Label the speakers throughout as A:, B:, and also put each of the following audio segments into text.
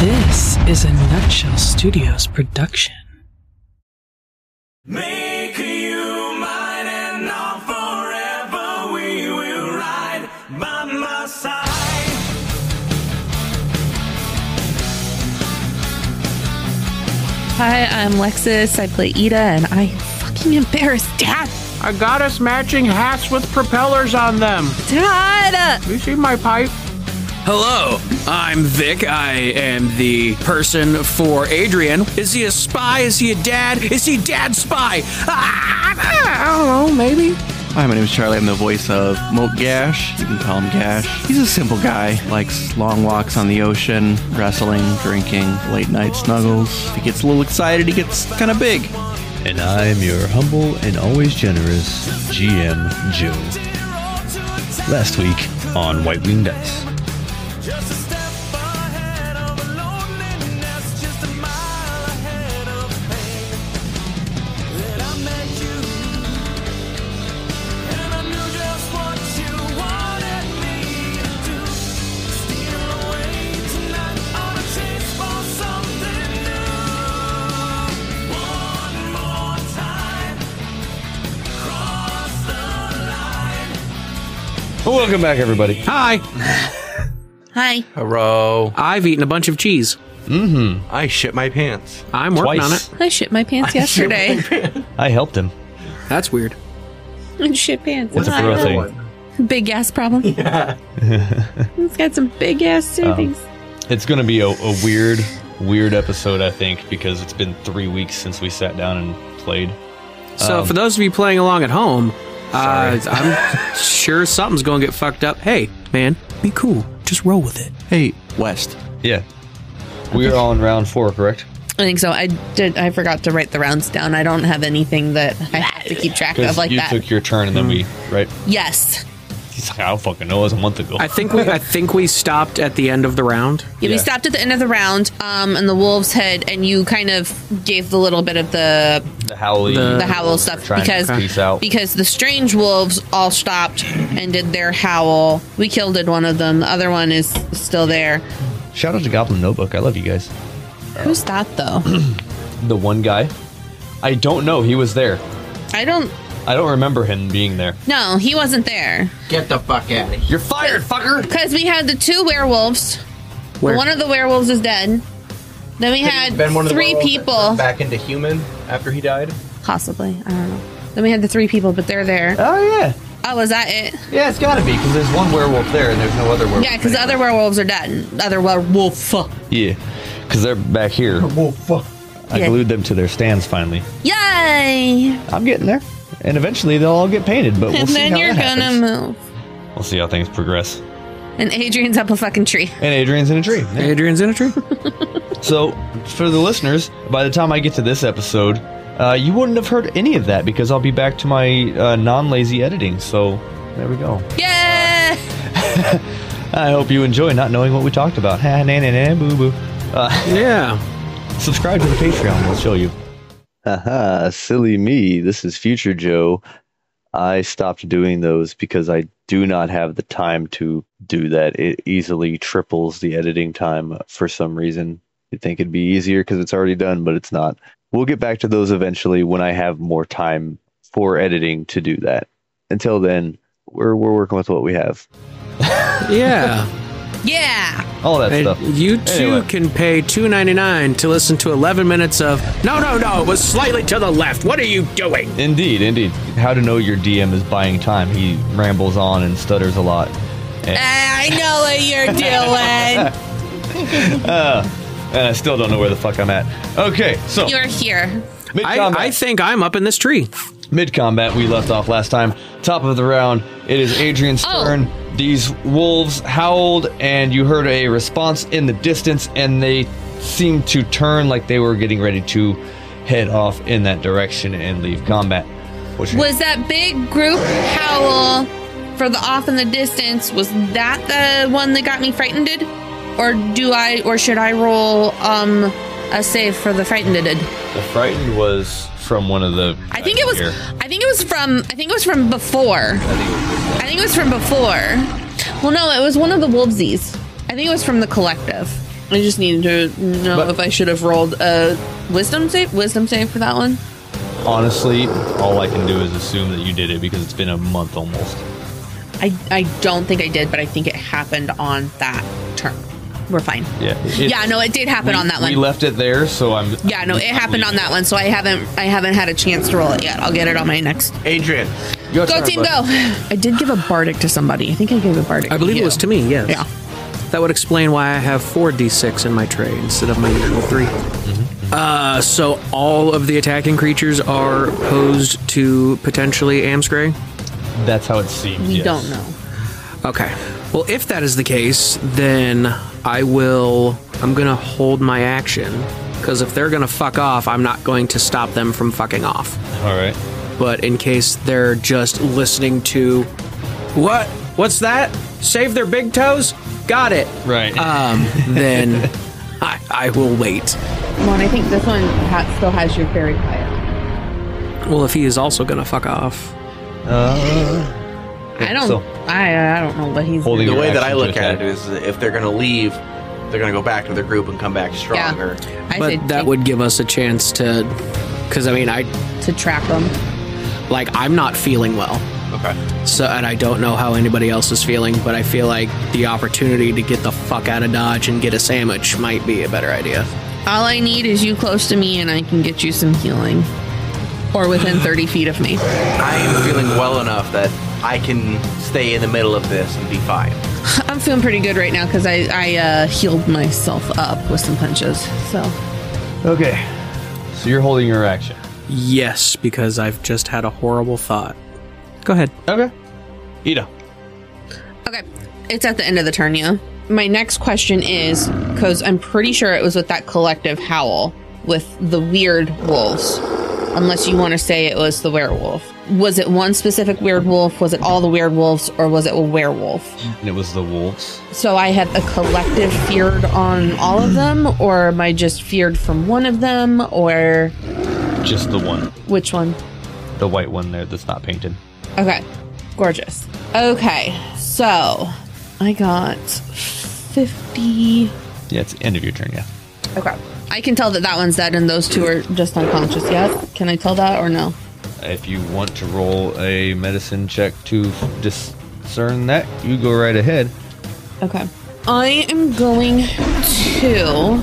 A: This is a Nutshell Studios production.
B: Make you mine and on forever we will ride by my side.
C: Hi, I'm Lexis. I play Ida, and I am fucking embarrassed. Dad!
D: I got us matching hats with propellers on them.
C: Dad!
D: You see my pipe?
E: Hello, I'm Vic. I am the person for Adrian. Is he a spy? Is he a dad? Is he dad spy? Ah, I don't know, maybe.
F: Hi, my name is Charlie. I'm the voice of Moat Gash. You can call him Gash. He's a simple guy. Likes long walks on the ocean, wrestling, drinking, late night snuggles. If he gets a little excited, he gets kind of big.
G: And I'm your humble and always generous GM Joe. Last week on White Wing Dice.
B: Just a step ahead of loneliness, just a mile ahead of pain. That I met you, and I knew just what you wanted me to do. Steal away tonight on a chase for something new. One more time, cross the line.
G: Welcome back, everybody.
E: Hi,
C: Hi.
F: Hello.
E: I've eaten a bunch of cheese.
F: I shit my pants.
E: I'm working
G: Twice.
E: on
C: I shit my pants yesterday.
G: I helped him.
E: it. That's weird.
C: I shit pants.
G: That's a real thing.
C: Big ass problem. Yeah. Um, it's got some big ass savings.
G: It's going to be a, a weird, weird episode, I think, because it's been three weeks since we sat down and played.
E: So, for those of you playing along at home, uh, I'm sure something's going to get fucked up. Hey, man, be cool. Just roll with it.
F: Hey, West.
G: Yeah. We are all in round four, correct?
C: I think so. I did. I forgot to write the rounds down. I don't have anything that I have to keep track of
G: Because
C: like
G: you
C: that.
G: took your turn and then we, right?
C: yes.
G: He's like, I don't fucking know. It was a month ago.
E: Hmm. I think we, I think we stopped at the end of the round.
C: Yeah, we
G: Yeah.
C: stopped at the end of the round, um, and the wolves head, and you kind of gave the little bit of the
G: the howling.
E: The-
C: the howl stuff
G: Uh, trying to
C: because
G: peace out.
C: because the strange wolves all stopped and did their howl. We killed one of them. The other one is still there.
G: Shout out to Goblin Notebook. I love you guys.
C: Who's that though?
G: The one guy. I don't know. He was there.
C: I don't.
G: I don't remember him being there.
C: No, he wasn't there
H: Get the fuck out of here.
G: You're fired, fucker!
C: because we had the two werewolves.
E: Where-
C: One of the werewolves is dead. Then we had
H: Been one of the
C: three
H: werewolves that
C: people,
H: turned back into human after he died.
C: possibly. I don't know. Then we had the three people, but they're there.
G: Oh yeah,
C: Oh, was that it?
G: yeah. It's gotta be because there's one werewolf there and there's no other werewolf.
C: Yeah, because the other werewolves are dead. The Other werewolf.
G: Yeah, because they're back here.
H: Oh fuck.
G: I
C: Yeah.
G: glued them to their stands finally.
C: Yay!
G: I'm getting there, and eventually they'll all get painted. But we'll
C: and
G: see
C: then
G: how
C: you're
G: that
C: gonna
G: happens.
C: move.
G: We'll see how things progress.
C: And Adrian's up a fucking tree.
G: And Adrian's in a tree. Yeah.
E: Adrian's in a tree.
G: So, for the listeners, by the time I get to this episode, uh, you wouldn't have heard any of that because I'll be back to my uh, non-lazy editing. So, there we go.
C: Yeah.
G: I hope you enjoy not knowing what we talked about. Ha, na, na, na, boo, boo. Uh,
E: yeah.
G: subscribe to the Patreon. We'll show you.
I: Haha, silly me. This is Future Joe. I stopped doing those because I do not have the time to do that. It easily triples the editing time for some reason. You'd think it'd be easier because it's already done, but it's not. We'll get back to those eventually when I have more time for editing to do that. Until then, we're, we're working with what we have.
E: Yeah.
C: Yeah.
G: All that
E: And
G: stuff.
E: You too
G: Anyway.
E: can pay two ninety nine to listen to eleven minutes of no, no, no. It was slightly to the left. What are you doing?
G: Indeed, indeed. How to know your DM is buying time. He rambles on and stutters a lot.
C: Uh, I know what you're doing.
G: And I Uh, still don't know where the fuck I'm at. Okay, so
C: you're here.
G: mid
E: I, I
G: combat.
E: think I'm up in this tree.
G: Mid combat, we left off last time. Top of the round, it is Adrian's
C: Oh.
G: turn. These wolves howled, and you heard a response in the distance, and they seemed to turn like they were getting ready to head off in that direction and leave combat. Which
C: Was that big group howl for the off in the distance? Was that the one that got me frightened? Or do I or should I roll um a save for the frightened?
G: the frightened was from one of the.
C: I think it was I think it was from I think it was from before. I think it was from before. Well no, it was one of the wolvesies. I think it was from the collective. I just needed to know
J: But-
C: if I should have rolled a wisdom save. Wisdom save for that one.
J: Honestly, all I can do is assume that you did it because it's been a month almost.
C: I I don't think I did, but I think it happened on that turn. We're fine.
J: Yeah. it's-
C: yeah, no, it did happen
J: we,
C: on that one.
J: We left it there, so I'm.
C: yeah, no, it
J: I'm
C: happened on
J: leaving.
C: that one, so I haven't I haven't had a chance to roll it yet. I'll get it on my next.
K: Adrian.
C: Go team, go! I did give a bardic to somebody. I think I gave a bardic.
E: I believe
C: you.
E: it was to me, yes.
C: Yeah.
E: That would explain why I have four d6 in my tray instead of my usual 3
G: Mm-hmm.
E: Uh, so all of the attacking creatures are posed to potentially Amscray?
J: That's how it seems.
C: We
J: yes.
C: don't know.
E: Okay. Well, if that is the case, then I will. I'm going to hold my action. Because if they're going to fuck off, I'm not going to stop them from fucking off.
J: All right.
E: But in case they're just listening to. What? What's that? Save their big toes? Got it.
J: Right.
E: Um, then I, I will wait.
C: Well, and I think this one ha- still has your very quiet.
E: Well, if he is also going to fuck off.
C: I don't.
J: so-
C: I I don't know what he's.
J: Holding
C: doing.
J: Your
F: The way that I
J: action to
F: look at
J: attack.
F: it is if they're going to leave, they're going to go back to their group and come back stronger.
C: I
E: But
C: said
E: that
C: to-
E: would give us a chance to. Because, I mean, I.
C: to trap them.
E: Like, I'm not feeling well.
F: Okay.
E: So, and I don't know how anybody else is feeling, but I feel like the opportunity to get the fuck out of Dodge and get a sandwich might be a better idea.
C: All I need is you close to me, and I can get you some healing, or within thirty feet of me.
F: I am feeling well enough that I can stay in the middle of this and be fine.
C: I'm feeling pretty good right now because I I uh, healed myself up with some punches. So
J: okay. So you're holding your action.
E: Yes, because I've just had a horrible thought. Go ahead.
J: Okay. Ida.
C: okay, it's at the end of the turn, yeah. My next question is because I'm pretty sure it was with that collective howl with the weird wolves, unless you want to say it was the werewolf. Was it one specific weird wolf? Was it all the weird wolves, or was it a werewolf?
J: And it was the wolves.
C: So I had a collective feared on all of them, or am I just feared from one of them, or
J: Just the one.
C: which one?
J: The white one there that's not painted.
C: Okay, gorgeous. Okay, so I got 50.
J: Yeah, it's the end of your turn, yeah.
C: Okay. I can tell that that one's dead and those two are just unconscious yet. Can I tell that or no?
J: If you want to roll a medicine check to discern that, you go right ahead.
C: Okay. I am going to.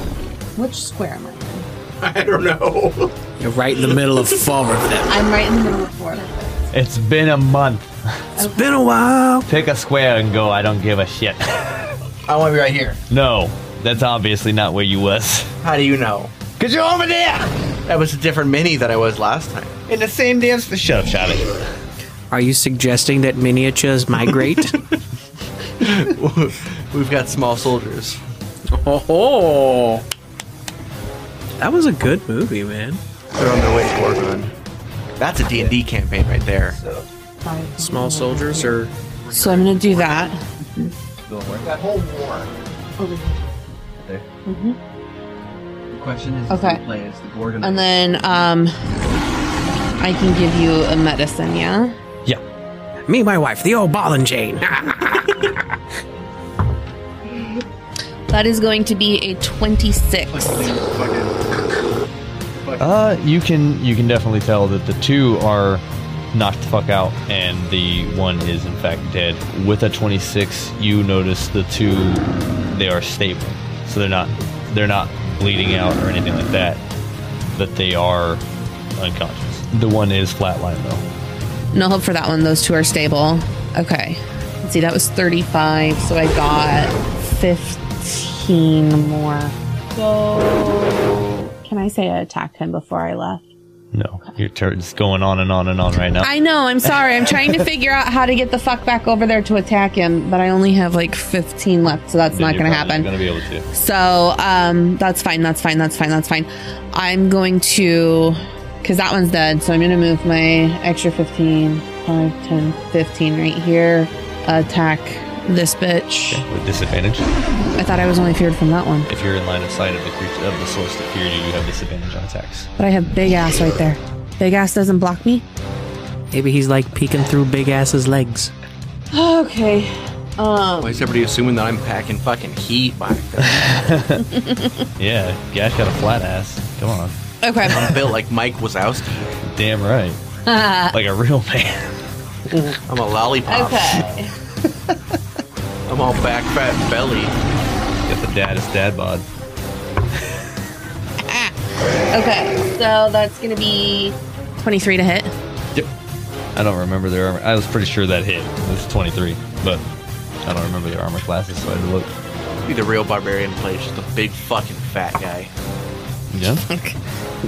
C: Which square am I in?
F: I don't know.
E: You're right in the middle of four of them.
C: I'm right in the middle of four.
J: It's been a month.
E: It's been a while.
J: Pick a square and go, I don't give a shit.
F: I want to be right here.
J: no, that's obviously not where you was.
F: How do you know? Because you're over there! That was a different mini that I was last time.
J: In the same damn... Shut up, Charlie.
E: Are you suggesting that miniatures migrate?
F: We've got small soldiers.
E: oh, that was a good movie, man.
F: They're on their way to Gorgon. That's a D&D campaign right there.
E: Small soldiers or
C: So I'm going to do that.
F: That whole war.
L: The question is,
C: Okay.
L: okay. play as the Gorgon.
C: And then um I can give you a medicine, yeah?
J: Yeah.
E: me, and my wife, the old ball and chain.
C: That is going to be a 26.
J: Uh, you can you can definitely tell that the two are knocked the fuck out, and the one is in fact dead. With a 26, you notice the two they are stable, so they're not they're not bleeding out or anything like that. But they are unconscious. The one is flatline though.
C: No hope for that one. Those two are stable. Okay. Let's see, that was 35, so I got 15 more. So, can I say I attacked him before I left?
J: No, your turn's going on and on and on right now.
C: I know, I'm sorry. I'm trying to figure out how to get the fuck back over there to attack him, but I only have like 15 left, so that's
J: Then
C: not
J: you're
C: going to
J: probably
C: happen.
J: Gonna be able to.
C: So, um, that's fine. That's fine. That's fine. That's fine. I'm going to, cause that one's dead. So I'm going to move my extra 15, 5, 10, 15 right here. Attack this bitch.
J: With disadvantage,
C: I thought I was only feared from that one,
J: if you're in line of sight of the creature of the source that feared you, you have disadvantage on attacks.
C: but I have big ass right there. Big ass doesn't block me.
E: Maybe he's like peeking through big ass's legs.
C: Okay.
F: Why is everybody assuming that I'm packing fucking heat, Monica?
J: Yeah, Gash got a flat ass. Come on.
C: Okay.
F: I'm built like Mike Wazowski.
J: Damn right. Like a real man.
F: I'm a lollipop.
C: okay.
F: I'm all back fat belly.
J: Got the daddest dad bod.
C: Okay. So that's gonna be twenty-three to hit.
J: Yep. I don't remember their armor. I was pretty sure that hit. It was 23, but I don't remember their armor classes, so I had to look.
F: Be the real barbarian player, just a big fucking fat guy.
J: Yeah.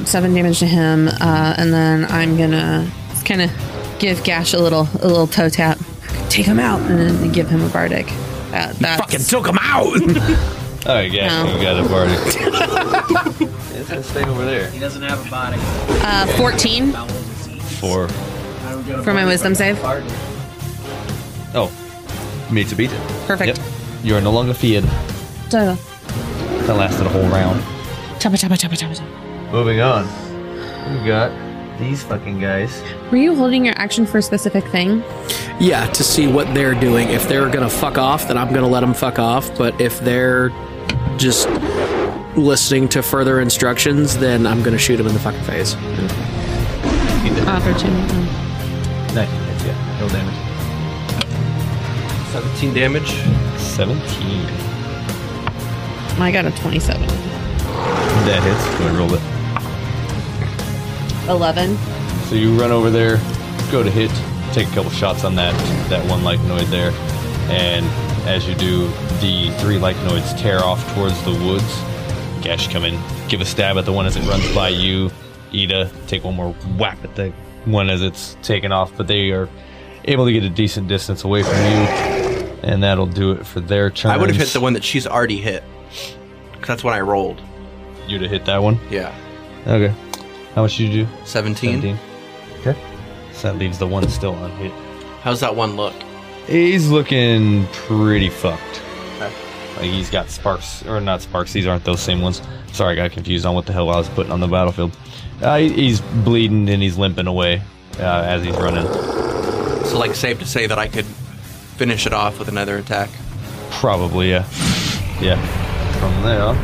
C: Seven damage to him, uh, and then I'm gonna kind of give Gash a little a little toe tap, take him out, and then give him a bardic. Uh, that's
E: Fucking took him out.
J: All right, Gash,
C: No.
J: you got a bardic. it's gonna stay over there.
L: He doesn't have a body.
C: uh, fourteen.
J: Four.
L: I would go to
C: For my
L: Barney,
C: wisdom
L: but
C: save?
L: Barney.
J: Oh, me to beat it.
C: Perfect.
J: Yep. You are no longer feared.
C: Choppa
J: That lasted a whole round.
C: choppa choppa choppa. choppa.
J: Moving on. We got these fucking guys.
C: Were you holding your action for a specific thing?
E: yeah, to see what they're doing. If they're gonna fuck off, then I'm gonna let them fuck off. But if they're just listening to further instructions, then I'm gonna shoot them in the fucking face.
C: Opportunity.
J: 19 hits, yeah. No damage.
F: 17 damage.
J: 17.
C: I got a twenty-seven.
J: That hits. Go ahead, roll it.
C: Eleven.
J: So you run over there, go to hit, take a couple shots on that that one lichenoid there, and as you do, the three lichenoids tear off towards the woods. Gash, come in, give a stab at the one as it runs by you. Ida, take one more whack at the one as it's taken off, but they are able to get a decent distance away from you, and that'll do it for their turn.
F: I would have hit the one that she's already hit. 'Cause that's when I rolled.
J: You'd have hit that one.
F: Yeah.
J: Okay. How much did you do?
F: 17.
J: Okay. So that leaves the one still unhit.
F: How's that one look?
J: He's looking pretty fucked.
F: Okay.
J: Like he's got sparks, or not sparks. These aren't those same ones. Sorry, I got confused on what the hell I was putting on the battlefield. Uh, he- he's bleeding and he's limping away uh, as he's running.
F: So, like, safe to say that I could finish it off with another attack.
J: Probably, yeah. Yeah. From there,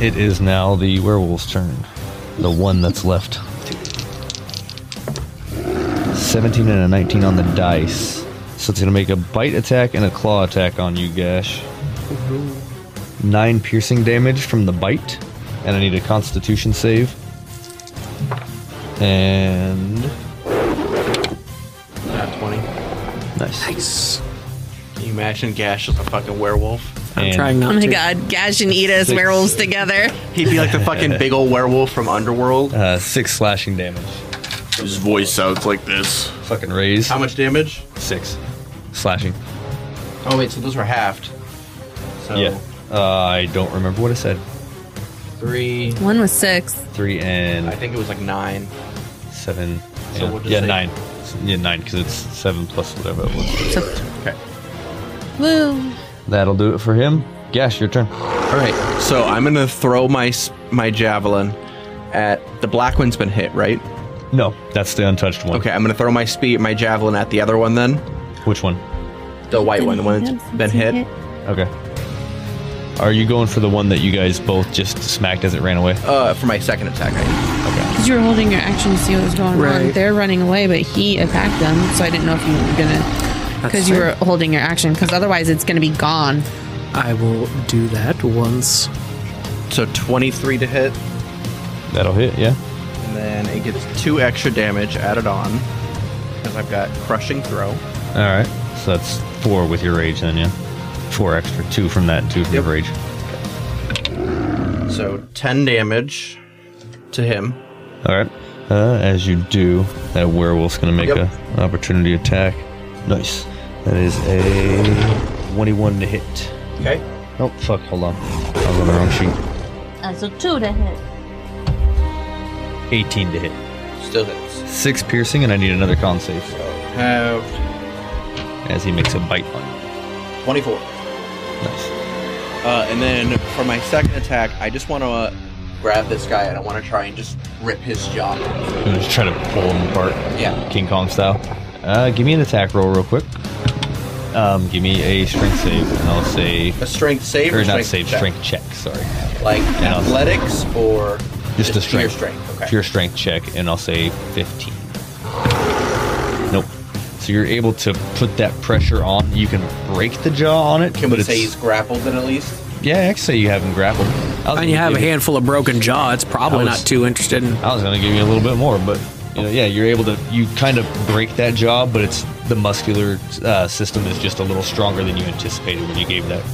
J: it is now the werewolf's turn. The one that's left. 17 and a 19 on the dice. So it's going to make a bite attack and a claw attack on you, Gash. Nine piercing damage from the bite. And I need a constitution save. And.
F: Yeah, 20. Can
E: Nice.
F: you imagine Gash as a fucking werewolf?
E: I'm
J: and
E: trying not
C: Oh my
E: to.
C: god, Gash and Ida as
J: Six.
C: werewolves together.
F: He'd be like the fucking big old werewolf from Underworld.
J: Uh, six slashing damage.
M: His voice sounds like this.
J: Fucking raise.
F: How much damage?
J: Six. Slashing.
F: Oh, wait, so those were halved. So,
J: Yeah. Uh, I don't remember what I said.
F: three.
C: One was six.
J: Three and
F: I think it was like nine.
J: seven.
F: So
J: yeah,
F: we'll just
J: yeah
F: say-
J: nine. Yeah, nine, because it's seven plus whatever it was.
C: So,
F: Okay.
C: woo.
J: That'll do it for him. Gash, your turn.
F: All right, so I'm gonna throw my s- my javelin at the black one's been hit, right?
J: No, that's the untouched one.
F: Okay, I'm gonna throw my speed my javelin at the other one then,
J: Which one?
F: the white one, the one that's been hit.
J: Okay. Are you going for the one that you guys both just smacked as it ran away?
F: Uh, for my second attack. I,
C: Because you were holding your action to see what was going on.
E: Right.
C: They're running away, but he attacked them, so I didn't know if you were gonna. Because you were holding your action, because otherwise it's gonna be gone.
E: I will do that once.
F: so 23 to hit,
J: That'll hit, yeah.
F: and then it gets two extra damage added on because I've got crushing throw.
J: All right. So that's four with your rage, then, yeah. Four extra, two from that, and two from
F: Yep.
J: your rage.
F: So 10 damage to him.
J: All right. Uh, as you do, that werewolf's going to make
F: Yep.
J: a, an opportunity attack. Nice. That is a 21 to hit.
F: Okay.
J: Oh, fuck. Hold on. I was on the wrong sheet.
C: so two to hit.
J: 18 to hit.
F: Still hits.
J: Six piercing, and I need another con save
F: Have
J: as he makes a bite on you.
F: 24.
J: Nice.
F: Uh, and then for my second attack, I just want to uh, grab this guy and I want to try and just rip his jaw.
J: I'm going to just try to pull him apart.
F: Yeah.
J: King Kong style. Uh, give me an attack roll real quick. Um, give me a strength save, and I'll say
F: A strength save or
J: or not
F: strength
J: save
F: check?
J: strength check. Sorry,
F: Like
J: And I'll-
F: athletics or
J: just, a strength,
F: pure strength? Okay.
J: pure strength check, and I'll say fifteen. Nope. So you're able to put that pressure on. You can break the jaw on it,
F: Can
J: but
F: we
J: it's
F: say he's grappled then at least?
J: yeah. I could say you haven't grappled,
E: And you have a handful of broken jaw. It's probably
J: I was-
E: not too interested in.
J: I was gonna give you a little bit more, but you know, yeah, you're able to. You kind of break that jaw, but it's the muscular uh, system is just a little stronger than you anticipated when you gave that.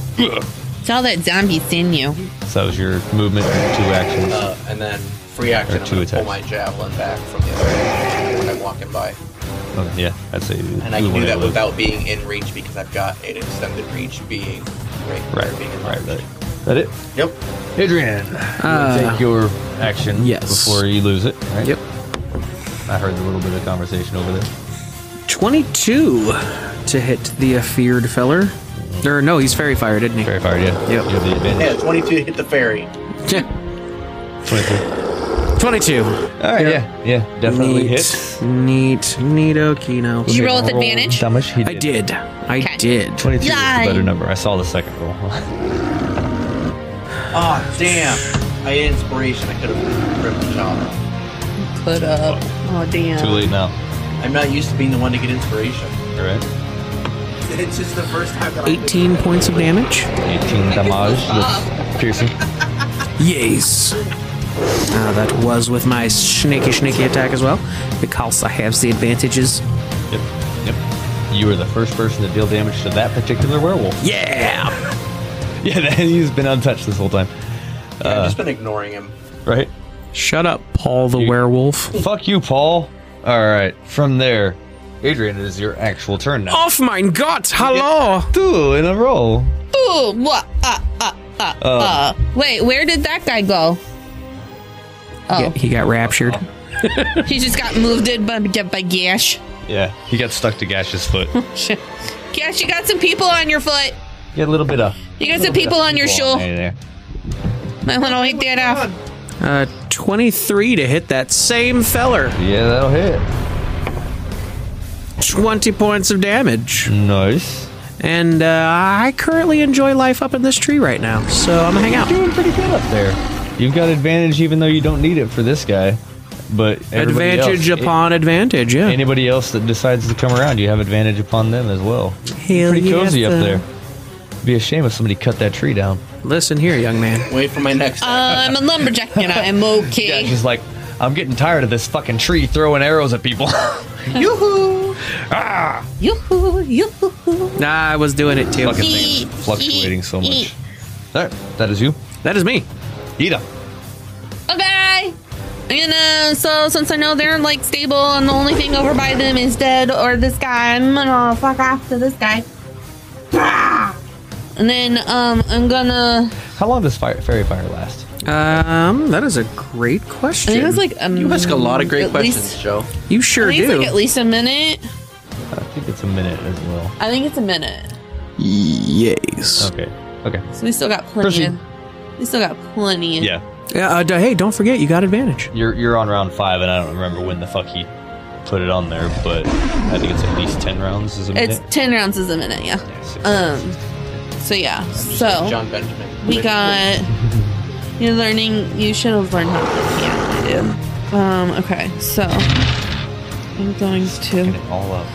C: It's all that zombie sinew.
J: So that was your movement, and two actions.
F: Uh, and then free action,
J: Or
F: I'm
J: two
F: gonna pull
J: attacks.
F: my javelin back from the other end when I'm walking by.
J: Okay, Oh, yeah, I'd say.
F: And I can do that without being in reach because I've got an extended reach being right.
J: Right,
F: being in
J: right, right. That it.
F: Yep.
J: Adrian,
E: Uh,
J: take your action
E: yes.
J: before you lose it. Right?
E: Yep.
J: I heard a little bit of conversation over there.
E: 22 to hit the feared feller. Or no, he's fairy fire, didn't he?
J: Fairy fire, yeah.
E: Yep.
J: You have the advantage.
F: Yeah, 22 hit the fairy.
E: Yeah.
J: 23.
E: 22.
J: All right, yeah, yeah, definitely
E: neat,
J: hit.
E: Neat, neat, okino.
C: Did you roll with advantage?
J: Damage. He
E: I did. I
C: Okay.
E: did.
J: 22
C: Yay.
J: is the better number. I saw the second roll.
F: Oh, damn. I had inspiration. I could have ripped the jaw.
C: Put up. Oh
J: Too
C: damn.
J: late now.
F: I'm not used to being the one to get inspiration.
J: All right.
F: It's just the first time that
E: 18 points of damage.
J: 18 damage. That's piercing.
E: Yes. Uh, that was with my snaky, snaky attack as well, because I have the advantages.
J: Yep. Yep. You were the first person to deal damage to that particular werewolf.
E: Yeah.
J: Yeah, that, he's been untouched this whole time.
F: I've just been ignoring him.
J: Right?
E: Shut up, Paul the
J: You-
E: werewolf.
J: Fuck you, Paul. All right. From there, Adrian, it is your actual turn now.
E: Off mein Gott, hello.
J: Two in a row.
C: Ooh, what? Uh, uh, uh, uh. Wait, where did that guy go?
E: Yeah,
C: Oh,
E: he got raptured.
C: he just got moved in by, by Gash.
J: Yeah, he got stuck to Gash's foot. you
C: Gash, you got some people on your foot.
J: got a little bit of.
C: You got some people on your
J: people
C: shoe.
J: Hey there.
C: I want to wake that off.
E: Uh, 23 to hit that same feller.
J: Yeah, that'll hit.
E: 20 points of damage.
J: Nice.
E: And uh, I currently enjoy life up in this tree right now, so I'm gonna hang out.
J: Doing pretty good up there. You've got advantage even though you don't need it for this guy. But everybody
E: Advantage
J: else, eh?
E: upon advantage, yeah.
J: Anybody else that decides to come around, you have advantage upon them as well.
E: Hell
J: Pretty
E: yeah,
J: cozy up
E: son.
J: there. Be a shame if somebody cut that tree down.
E: Listen here, young man.
F: Wait for my next.
C: I'm a lumberjack and I'm
J: Yeah,
C: okay.
J: just like I'm getting tired of this fucking tree throwing arrows at people.
C: Yoo-hoo! Yoo-hoo! Yoo-hoo!
E: Nah, I was doing it too.
J: fucking thing is fluctuating so much. There, that is you.
E: That is me.
J: Ida.
C: Okay. And uh, so since I know they're like stable and the only thing over by them is dead or this guy, I'm gonna fuck off to this guy. And then um, I'm gonna.
J: How long does fire, fairy fire last?
E: Um, that is a great
C: I
E: question.
C: think it was like um,
F: you ask a lot of great
C: at
F: questions,
C: Least,
F: Joe.
E: you
C: I
E: sure
C: think it's
E: do.
C: like at least a minute.
J: I think it's a minute as well.
C: I think it's a minute.
E: yes.
J: Okay. Okay.
C: So we still got plenty. Of, we still got plenty.
J: Yeah.
E: Yeah, uh, d- hey, don't forget, you got advantage.
J: You're you're on round five, and I don't remember when the fuck he put it on there, but I think it's at least ten rounds. Is a minute.
C: It's ten rounds is a minute. Yeah. Um. So yeah. So.
F: John Benjamin.
C: We got. You're learning. You should have learned how to play piano. I do. Um. Okay. So I'm going
J: Get
C: to.
J: it all up.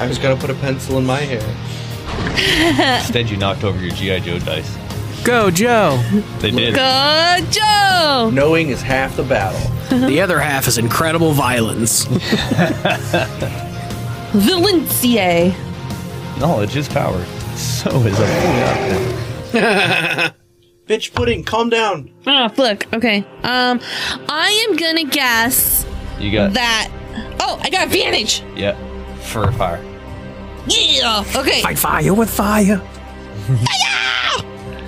F: I was gonna put a pencil in my hair.
J: Instead, you knocked over your GI Joe dice.
E: Go, Joe.
J: They did.
C: Good job.
F: Knowing is half the battle.
E: the other half is incredible violence.
C: Valencia.
J: Knowledge is power. So is a weapon.
F: Bitch pudding, calm down.
C: Oh fuck. Okay. Um. I am gonna guess
J: You got
C: that. Oh, I got advantage.
J: yeah for fire.
C: Yeah. Okay.
E: Fight fire with fire.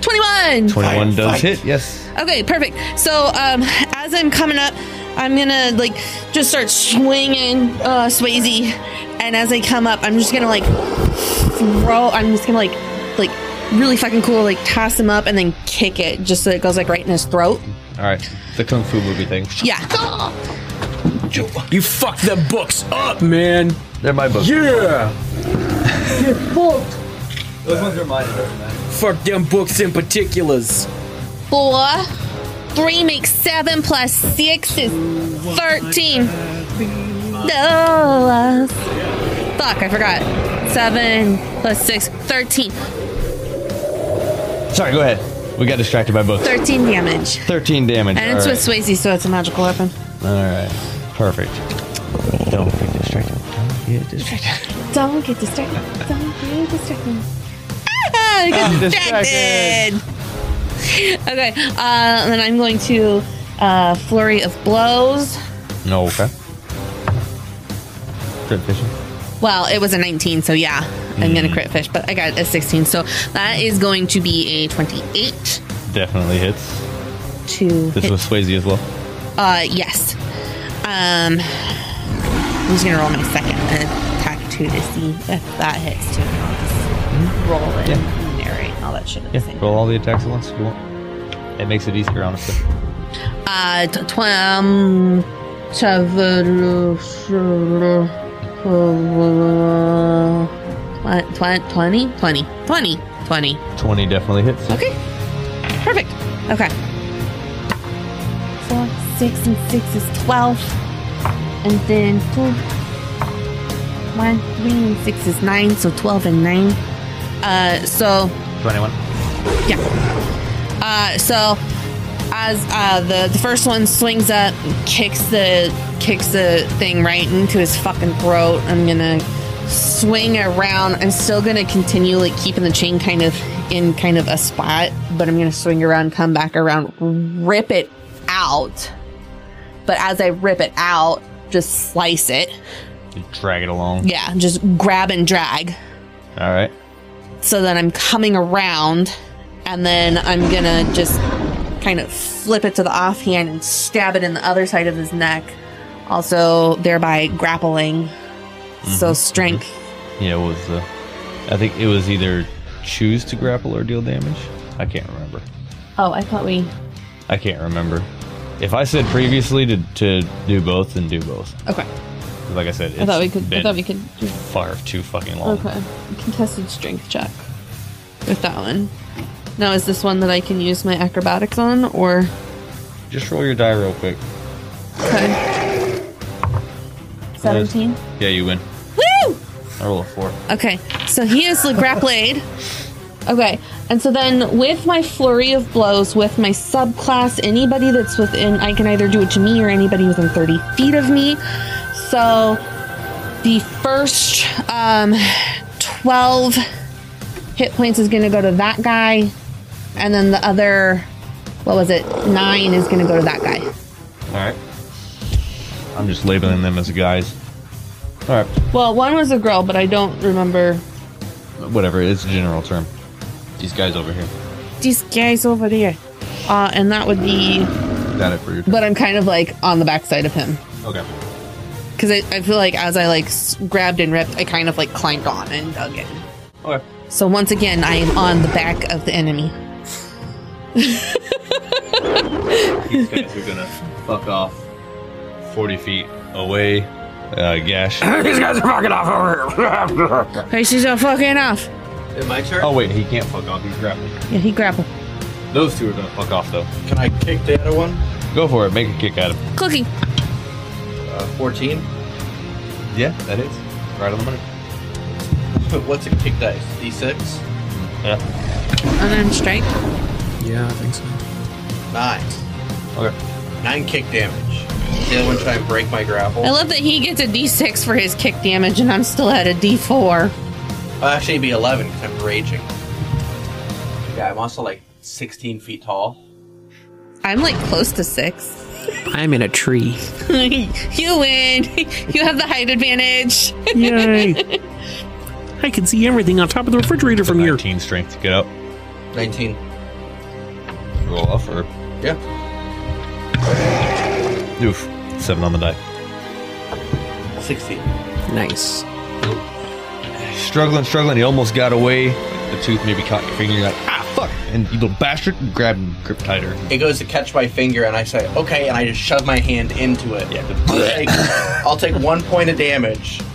C: Twenty-one.
J: Twenty-one does hit. Yes.
C: Okay, perfect. So, um, as I'm coming up, I'm gonna like just start swinging uh, Swayze, and as I come up, I'm just gonna like throw. I'm just gonna like like really fucking cool, like toss him up and then kick it just so it goes like right in his throat.
J: All right. The kung fu movie thing.
C: Yeah.
E: You fucked the books up, man.
J: They're my books.
N: Yeah!
J: You're fucked. Those ones are mine. it doesn't matter.
N: Fuck them books in particulars.
C: Four. Three makes seven plus six is thirteen. Dollars. Fuck, I forgot. Seven plus six, thirteen.
J: Sorry, go ahead. We got distracted by books.
C: Thirteen damage.
J: 13 damage.
C: And it's
J: All right.
C: with Swayze, so it's a magical weapon.
J: All right. Perfect. Don't get distracted. Don't get distracted.
C: Don't get distracted. Don't get distracted. Ah, I got
B: I'm
C: distracted. okay, uh, and then I'm going to uh, flurry of blows.
J: No, okay. Good vision.
C: Well, it was a 19, so yeah, I'm
J: Mm.
C: gonna crit fish, but I got a 16, so that is going to be a 28
J: Definitely hits.
C: to
J: This
C: hit.
J: was Swayze as well.
C: Uh, yes. Um, I'm just gonna roll my second attack too to see if that hits too. Roll it, narrate, all that shit. at the
J: Yeah, roll all the attacks at once if you want. It makes it easier, honestly.
C: Uh, t- tw- um, tw- 20, 20, 20, 20.
J: 20 definitely hits.
C: Okay. Perfect. Okay. Four, six, and six is 12. And then two, one, three, and six is nine, so 12 and nine. Uh, so
J: 21.
C: yeah. Uh, so as uh, the the first one swings up, and kicks the kicks the thing right into his fucking throat. I'm gonna swing around. I'm still gonna continue like keeping the chain kind of in kind of a spot, but I'm gonna swing around, come back around, rip it out. But as I rip it out, just slice it.
J: You drag it along.
C: Yeah, just grab and drag.
J: All right.
C: So then I'm coming around, and then I'm gonna just kind of flip it to the offhand and stab it in the other side of his neck, also thereby grappling.
J: Mm-hmm.
C: So strength.
J: Yeah, it was. Uh, I think it was either choose to grapple or deal damage. I can't remember.
C: Oh, I thought we.
J: I can't remember. If I said previously to, to do both, then do both.
C: Okay.
J: Like I said, it's
C: I thought we could. I
J: been
C: thought we could. Do,
J: far too fucking long.
C: okay. Contested strength check with that one. Now, is this one that I can use my acrobatics on, or
J: Just roll your die real quick.
C: seventeen?
J: Yeah, you win.
C: Woo!
J: I roll a four.
C: Okay, so he is the grappled. Okay, and so then with my flurry of blows, with my subclass, anybody that's within, I can either do it to me or anybody within 30 feet of me. So the first um, 12 hit points is going to go to that guy, and then the other, what was it, nine is going to go to that guy.
J: All right. I'm just labeling them as guys. All right.
C: Well, one was a girl, but I don't remember.
J: Whatever. It's a general term. These guys over here.
C: These guys over there. Uh, and that would be
J: Got it for your.
C: but I'm kind of like on the backside of him
J: Okay.
C: because I, I feel like as I like s- grabbed and ripped, I kind of like climbed on and dug in.
J: Okay.
C: So once again, I am on the back of the enemy.
J: These guys are gonna fuck off 40 feet away. Uh, Gash.
B: These guys are fucking off
J: over here.
C: Hey, she's all fucking off.
J: my turn? Oh, wait, he can't fuck off. He's grappling.
C: Yeah, he grappled.
J: Those two are gonna fuck off, though.
F: Can I kick the other one?
J: Go for it. Make a kick at him.
C: Cookie.
F: Uh, 14.
J: Yeah, that is. Right on the money.
F: What's a kick dice? D6?
J: Yeah.
C: Unarmed strike.
E: Yeah, I think so.
F: Nine.
J: Okay.
F: Nine kick damage. The other one try and break my grapple.
C: I love that he gets a d6 for his kick damage, and I'm still at a d4.
F: Well, Uh, actually, it'd be 11 because I'm raging. Yeah, I'm also like 16 feet tall.
C: I'm like close to six.
A: I'm in a tree.
C: you win. you have the height advantage.
A: Yay. I can see everything on top of the refrigerator from here.
J: 19 strength to get up.
F: 19.
J: Roll off or.
F: Yeah.
J: Oof. Seven on the die.
F: 16.
A: Nice.
J: Struggling, struggling. He almost got away. The tooth maybe caught your finger. You're like, ah, fuck. And you little bastard grabbed him, grip tighter.
F: It goes to catch my finger, and I say, okay, and I just shove my hand into it. Yeah. I'll take, I'll take one point of damage.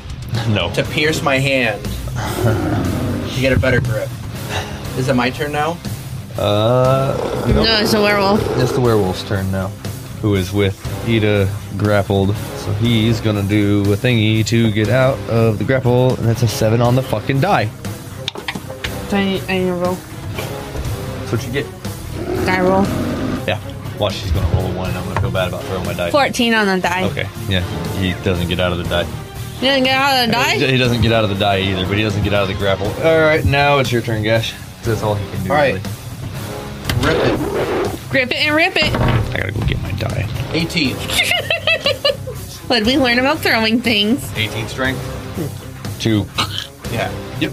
J: No.
F: To pierce my hand to get a better grip. Is it my turn now?
J: Uh,
C: No, it's a werewolf.
J: It's the werewolf's turn now, who is with Ida grappled. So he's gonna do a thingy to get out of the grapple, and that's a seven on the fucking die.
C: I, I need to roll.
J: That's what you get.
C: Guy roll.
J: Yeah. Watch, she's gonna roll a one, and I'm gonna feel bad about throwing my die.
C: 14 on the die.
J: Okay. Yeah, he doesn't get out of the die.
C: You didn't get out of the die?
J: He he doesn't get out of the die either, but he doesn't get out of the grapple. All right, now it's your turn, Gash. That's all he can do.
F: All right.
J: really.
C: Grip it and rip it.
J: I gotta go get my die.
F: 18.
C: what did we learn about throwing things?
J: 18 strength. Two. Yeah. Yep.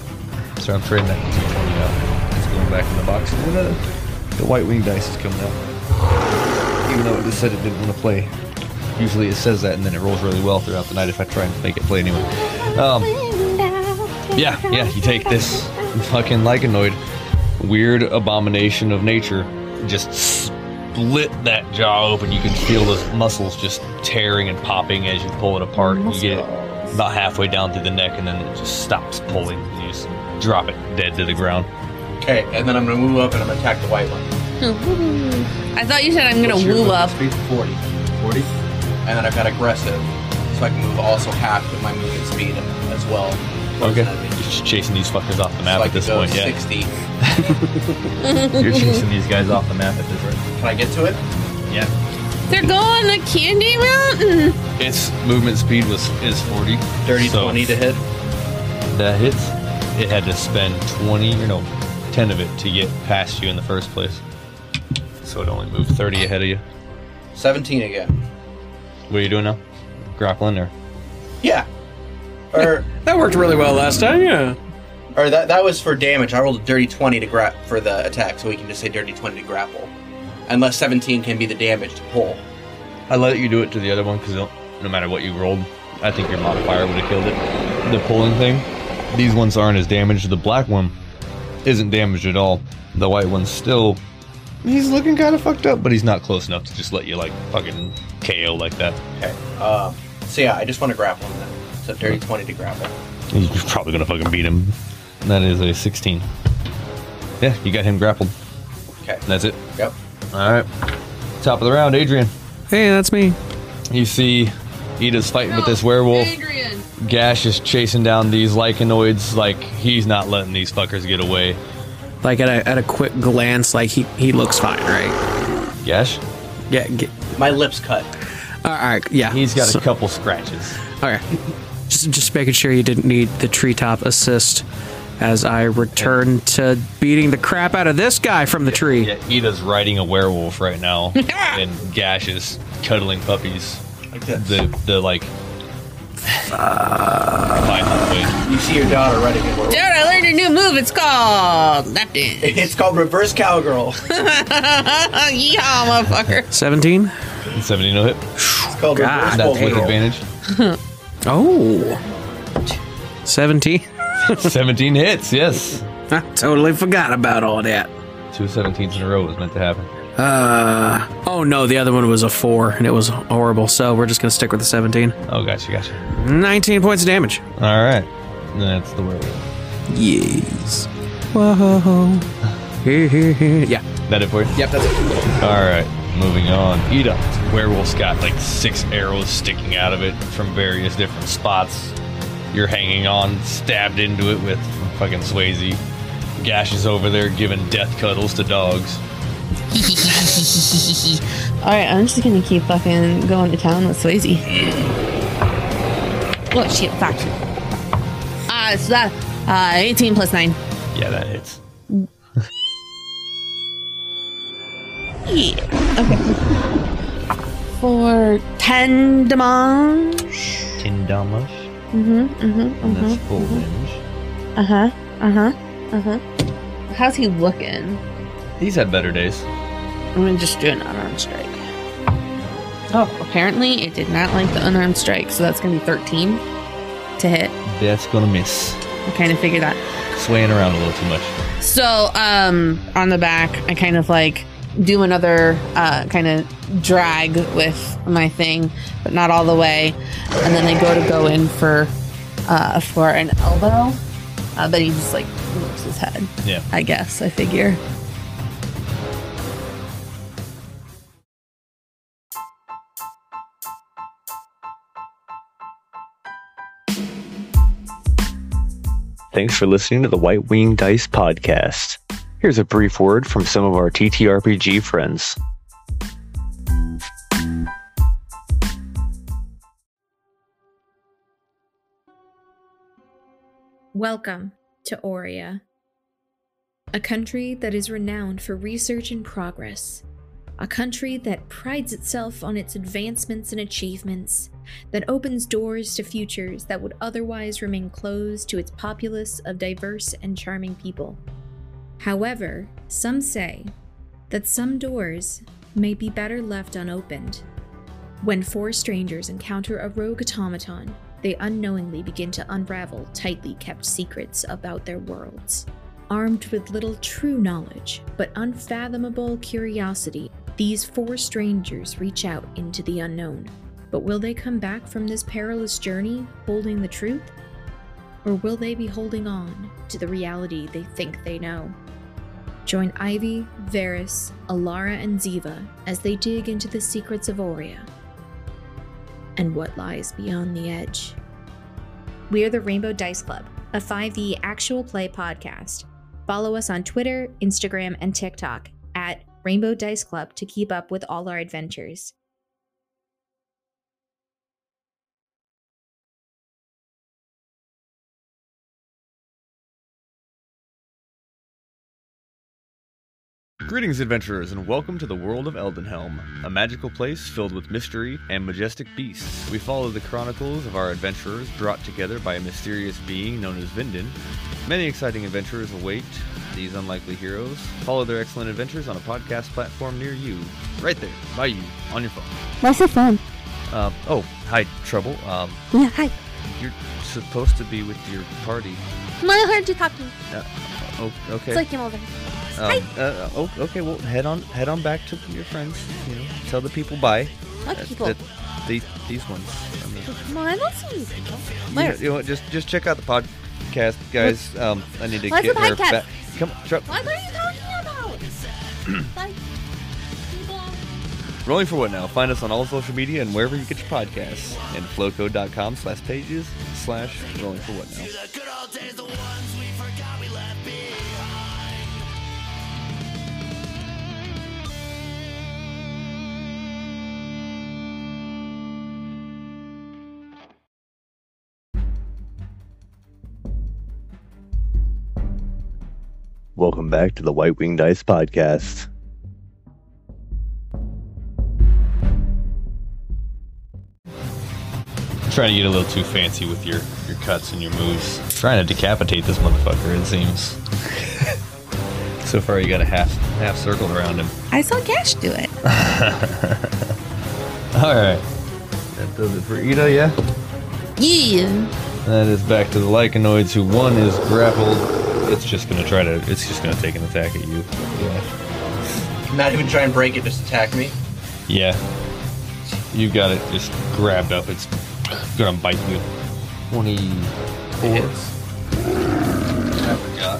J: So I'm trading that to 20 now. It's going back in the box. And then, uh, The white wing dice is coming out. Even though it just said it didn't want to play. Usually it says that and then it rolls really well throughout the night if I try and make it play anyway. Um, yeah, yeah, you take this fucking lichenoid, weird abomination of nature, just split that jaw open. You can feel those muscles just tearing and popping as you pull it apart. You get it about halfway down through the neck, and then it just stops pulling. You just drop it dead to the ground.
F: Okay, and then I'm gonna move up and I'm gonna attack the white one.
C: I thought you said I'm gonna
F: What's your
C: woo
F: movement
C: up.
F: Speed 40. 40. And then I've got aggressive, so I can move also half of my movement speed as well.
J: Okay. You're just chasing these fuckers off the map
F: so I
J: at
F: can
J: this
F: go
J: point, yeah.
F: 60.
J: You're chasing these guys off the map at this point.
F: Can I get to it?
J: Yeah.
C: They're going to Candy Mountain.
J: Its movement speed was is 40. Dirty
F: 20 to
J: hit. That hits. It had to spend 20, you know, 10 of it to get past you in the first place. So it only moved 30 ahead of you.
F: 17 again.
J: What are you doing now? Grappling or?
F: Yeah. Or
A: that worked really well last time. Yeah.
F: Or that that was for damage. I rolled a dirty 20 to grab for the attack, so we can just say dirty 20 to grapple. Unless 17 can be the damage to pull.
J: I let you do it to the other one because no matter what you rolled, I think your modifier would have killed it. The pulling thing, these ones aren't as damaged. The black one isn't damaged at all. The white one's still. He's looking kind of fucked up, but he's not close enough to just let you like fucking KO like that.
F: Okay. Uh, so yeah, I just want to grapple him then. So dirty 20 to grapple.
J: You're probably gonna fucking beat him. That is a 16. Yeah, you got him grappled.
F: Okay.
J: That's it.
F: Yep.
J: All right. Top of the round, Adrian.
E: Hey, that's me.
J: You see, Ida's fighting with this werewolf.
C: Adrian.
J: Gash is chasing down these lichenoids like he's not letting these fuckers get away.
E: Like at a, at a quick glance, like he, he looks fine, right?
J: Yes.
E: Yeah. Get,
F: My lips cut.
E: all right. Yeah.
J: He's got a couple scratches.
E: All right. Just just making sure you didn't need the treetop assist as I return to beating the crap out of this guy from the tree.
J: Yeah, Ida's riding a werewolf right now, and Gash is cuddling puppies. the the like.
F: You see your daughter running it.
C: Dude, I learned a new move. It's called nothing.
F: It's called reverse cowgirl.
C: Yeehaw, motherfucker.
E: 17?
J: 70 no hit.
F: It's called reverse
E: God
F: bolt
E: damn.
J: with advantage.
E: Oh. 17?
J: 17 hits, yes.
E: I totally forgot about all that.
J: Two 17s in a row was meant to happen.
E: Uh, oh no, the other one was a 4 and it was horrible, so we're just going to stick with the 17.
J: Oh, gotcha, gotcha.
E: 19 points of damage.
J: All right. That's the werewolf.
E: Yes. Whoa. yeah.
J: That it for you?
E: Yep, that's it.
J: All right, moving on. Ida. Werewolf's got like six arrows sticking out of it from various different spots. You're hanging on, stabbed into it with fucking Swayze. Gash is over there giving death cuddles to dogs.
C: All right, I'm just gonna keep fucking going to town with Swayze. What shit, fuck. Ah, it's that. Uh, 18 plus 9.
J: Yeah, that hits.
C: Yeah. Okay. For 10 damage.
J: Ten damage.
C: Mm hmm, mm hmm, mm hmm.
J: full
C: Uh huh, uh huh, uh huh. How's he looking?
J: He's had better days.
C: I'm gonna just do an unarmed strike. Oh, apparently it did not like the unarmed strike, so that's gonna be 13 to hit.
J: That's gonna miss.
C: I kind of figured that.
J: Swaying around a little too much.
C: So, um, on the back, I kind of like do another uh, kind of drag with my thing, but not all the way. And then I go to go in for uh, for an elbow, uh, but he just like moves his head.
J: Yeah.
C: I guess I figure.
G: Thanks for listening to the White Wing Dice podcast. Here's a brief word from some of our TTRPG friends.
O: Welcome to Aurea, a country that is renowned for research and progress, a country that prides itself on its advancements and achievements, that opens doors to futures that would otherwise remain closed to its populace of diverse and charming people. However, some say that some doors may be better left unopened. When four strangers encounter a rogue automaton, they unknowingly begin to unravel tightly kept secrets about their worlds. Armed with little true knowledge, but unfathomable curiosity, these four strangers reach out into the unknown. But will they come back from this perilous journey holding the truth? Or will they be holding on to the reality they think they know? Join Ivy, Varys, Alara, and Ziva as they dig into the secrets of Aurea and what lies beyond the edge.
P: We are the Rainbow Dice Club, a 5e actual play podcast. Follow us on Twitter, Instagram, and TikTok at Rainbow Dice Club to keep up with all our adventures.
J: Greetings, adventurers, and welcome to the world of Eldenhelm, a magical place filled with mystery and majestic beasts. We follow the chronicles of our adventurers brought together by a mysterious being known as Vindin. Many exciting adventures await these unlikely heroes. Follow their excellent adventures on a podcast platform near you, right there, by you, on your phone.
Q: That's so fun.
J: Um, oh, hi, Trouble. Um,
Q: Yeah, hi.
J: you're supposed to be with your party.
Q: My hard to talk to. me.
J: Uh, oh, okay.
Q: So I came over.
J: Um, uh, oh, okay. Well, head on, head on back to your friends. You know, tell the people bye.
Q: What
J: That-
Q: people?
J: that- these, these ones. I mean,
Q: Come on, I don't see you people.
J: you,
Q: Where?
J: know, you know what, just, just check out the podcast, guys. Um, I need to
Q: What's
J: get
Q: the
J: her
Q: podcast?
J: back. Come, on, tr-
Q: What are you talking about? like, people.
J: rolling for what now? Find us on all social media and wherever you get your podcasts, and flowcode.com slash pages slash rolling for what now.
G: Welcome back to the White Wing Dice podcast.
J: Trying to get a little too fancy with your your cuts and your moves. Trying to decapitate this motherfucker. It seems. so far, you got a half half circle around him.
C: I saw Gash do it.
J: All right, that does it for Ida. Yeah.
C: Yeah.
J: That is back to the Lycanoids, who one is grappled. It's just gonna try to. It's just gonna take an attack at you. Yeah.
F: Not even try and break it, just attack me.
J: Yeah. You got it. Just grabbed up. It's gonna bite you. Twenty-four.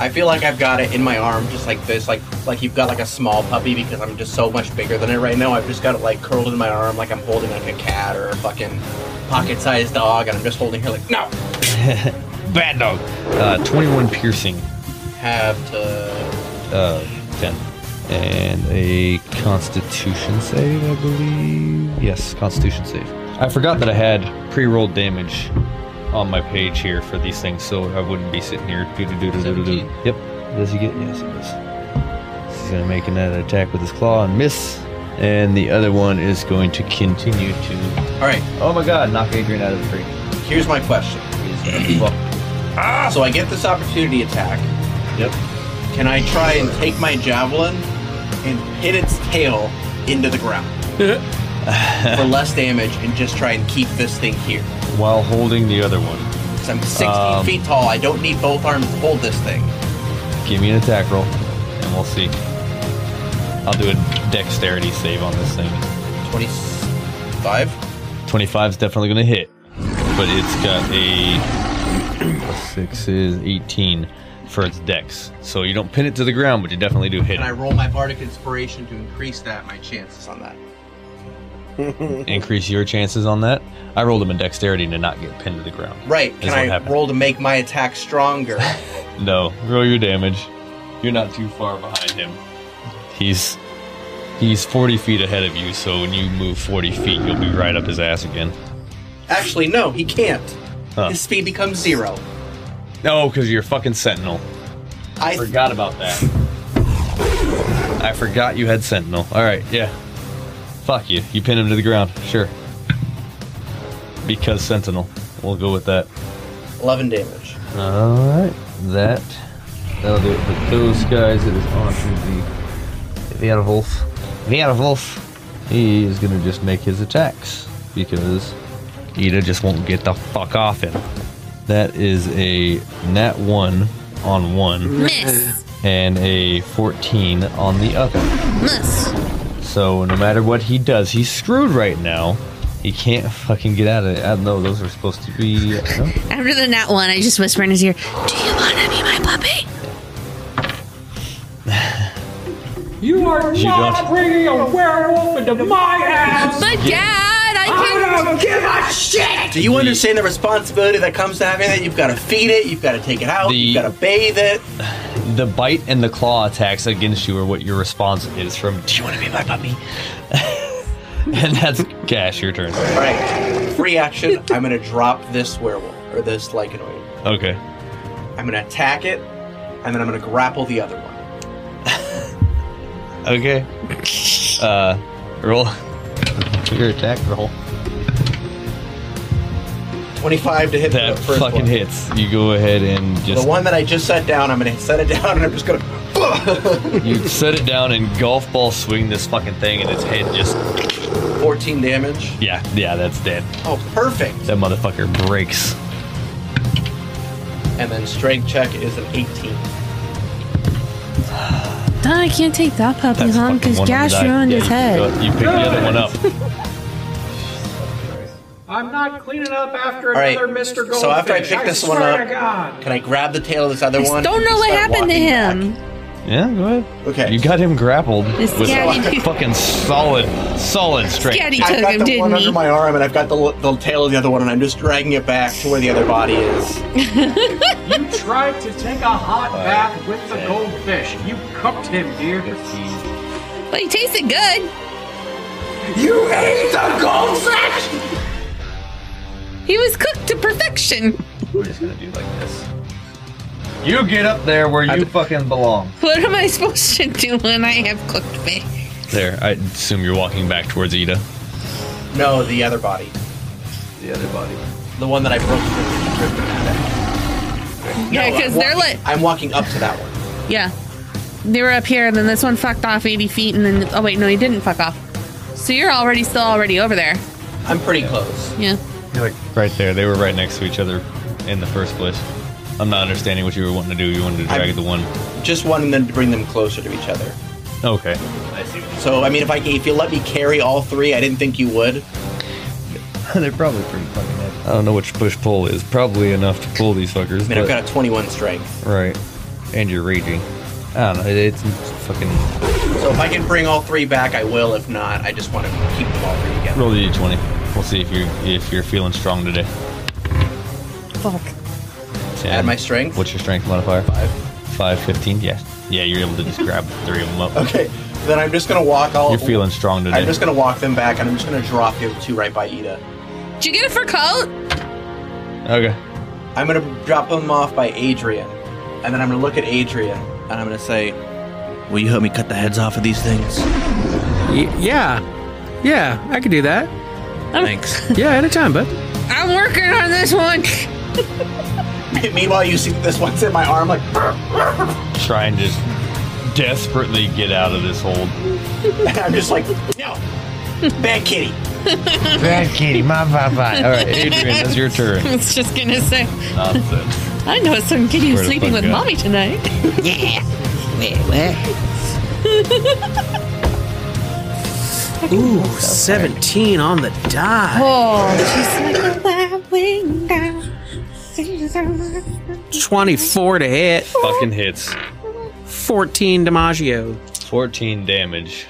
F: I feel like I've got it in my arm, just like this, like like you've got like a small puppy because I'm just so much bigger than it right now. I've just got it like curled in my arm, like I'm holding like a cat or a fucking pocket-sized dog, and I'm just holding her like no.
J: Bad dog. Uh, Twenty-one piercing.
F: Have to.
J: Uh, ten. And a Constitution save, I believe. Yes, Constitution save. I forgot that I had pre-rolled damage on my page here for these things, so I wouldn't be sitting here. Do do do do do do. Yep. Does he get? Yes, it does. He's gonna make another attack with his claw and miss, and the other one is going to continue to.
F: All right.
J: Oh my God! Knock Adrian out of the tree.
F: Here's my question. so I get this opportunity attack.
J: Yep.
F: Can I try and take my javelin and hit its tail into the ground for less damage and just try and keep this thing here?
J: While holding the other one,
F: 'Cause I'm 16
J: Um,
F: feet tall. I don't need both arms to hold this thing.
J: give me an attack roll, and we'll see. I'll do a dexterity save on this thing.
F: 25?
J: 25 is definitely going to hit, but it's got a Plus six is 18 for its dex. So you don't pin it to the ground, but you definitely do hit
F: And I
J: it.
F: roll my bardic inspiration to increase that, my chances on that.
J: Increase your chances on that. I rolled him a dexterity to not get pinned to the ground.
F: Right.
J: Is
F: Can
J: what
F: I
J: happened.
F: roll to make my attack stronger?
J: No, roll your damage. You're not too far behind him. He's he's 40 feet ahead of you, so when you move 40 feet, you'll be right up his ass again.
F: Actually, no, he can't.
J: Huh.
F: His speed becomes zero.
J: No, because you're fucking sentinel.
F: I
J: forgot about that. I forgot you had sentinel. All right, yeah. Fuck you. You pin him to the ground. Sure. Because sentinel. We'll go with that.
F: 11 damage.
J: All right, that that'll do it for those guys. It is on to the Werewolf. Werewolf. He is gonna just make his attacks because Ida just won't get the fuck off him. That is a nat one on one,
C: Miss.
J: and a fourteen on the other.
C: Miss.
J: So no matter what he does, he's screwed right now. He can't fucking get out of it. I don't know. Those were supposed to be. no.
C: After the nat one, I just whisper in his ear, "Do you want to be my puppy?"
D: You are
J: You
D: not bringing a werewolf into my house.
C: But Dad, I
D: I don't give a shit.
F: Do you understand the responsibility that comes to having it? You've got to feed it, you've got to take it out, you've got to bathe it.
J: The bite and the claw attacks against you are what your response is from, Do you want to be my puppy? and that's Gash, your turn.
F: All right, free action. I'm going to drop this werewolf, or this lycanoid.
J: Okay.
F: I'm going to attack it, and then I'm going to grapple the other one.
J: Okay. Uh, roll. Your attack roll.
F: 25 to hit
J: That
F: the first
J: fucking
F: one.
J: hits. You go ahead and just.
F: The one that I just set down, I'm going to set it down, and I'm just going to.
J: you set it down and golf ball swing this fucking thing, and its head just.
F: 14 damage.
J: Yeah, yeah, that's dead.
F: Oh, perfect.
J: That motherfucker breaks.
F: And then strength check is an 18.
C: Dad, I can't take that puppy
J: That's
C: home
J: fucking
C: because
J: one of
C: Gash
J: the die.
C: ruined
J: Yeah,
C: his
J: you can
C: head.
J: go- You pick the other one up.
D: I'm not cleaning up after
F: All right,
D: another Mr. Goldfish.
F: so after I pick this one
D: swear to
F: up,
D: God.
F: can I grab the tail of this other
C: I
F: one?
C: just don't
F: and
C: know what
F: start
C: happened to
F: walking back?
C: him.
J: Yeah, go ahead.
F: Okay.
J: You got him grappled
C: It's
J: with
C: scary.
J: fucking solid, solid strength.
C: Scary. He
F: I've
C: took
F: got
C: him,
F: the
C: didn't
F: one
C: he?
F: under my arm, and I've got the, the tail of the other one, and I'm just dragging it back to where the other body is.
D: You tried to take a hot bath with the goldfish. You cupped him, dear.
C: But he tasted good.
D: You ate the goldfish!
C: He was cooked to perfection.
J: We're just gonna do like this. You get up there where you fucking belong.
C: What am I supposed to do when I have cooked fish?
J: There, I assume you're walking back towards Ida.
F: No, the other body.
J: The other body.
F: The one that I broke.
C: Yeah, 'cause they're
F: lit. I'm walking up to that one.
C: Yeah. They were up here, and then this one fucked off 80 feet, and then. Oh, wait, no, he didn't fuck off. So you're already still already over there.
F: I'm pretty close.
C: Yeah.
J: You're like right there. They were right next to each other in the first place. I'm not understanding what you were wanting to do. You wanted to drag the one.
F: Just wanting them to bring them closer to each other.
J: Okay.
F: So, I mean, if I if you let me carry all three, I didn't think you would.
J: They're probably pretty fucking heavy. I don't know which push pull is. Probably enough to pull these fuckers.
F: I mean, I've
J: but-
F: got a 21 strength.
J: Right. And you're raging. I don't know. It's fucking.
F: So if I can bring all three back, I will. If not, I just want to keep them all three together.
J: Roll the d20. We'll see if you're if you're feeling strong today.
C: Fuck.
F: Add my strength.
J: What's your strength modifier? Five. Five, fifteen. Yeah. Yeah, you're able to just grab the three of them up.
F: Okay, then I'm just gonna walk all.
J: You're feeling eh? strong today.
F: I'm just gonna walk them back, and I'm just gonna drop the other two right by Ida.
C: Did you get it for coat?
J: Okay.
F: I'm gonna drop them off by Adrian, and then I'm gonna look at Adrian, and I'm gonna say,
E: Will you help me cut the heads off of these things? yeah. Yeah, I could do that. Thanks. yeah, anytime, bud.
C: I'm working on this one.
F: Meanwhile, you see this one's in my arm, like.
J: Try and just desperately get out of this hold.
F: I'm just like, no, bad kitty.
J: Bad kitty, my bye bye. All right, Adrian, that's your turn.
C: I was just gonna say.
J: Nonsense.
C: I know some kid
J: Where
C: who's
J: the
C: sleeping
J: fuck
C: with
J: at?
C: mommy tonight. yeah.
A: Ooh, 17 on the die.
C: oh, she's like a wild wing down.
E: 24 to hit.
J: Fucking hits.
E: 14 DiMaggio.
J: 14 damage.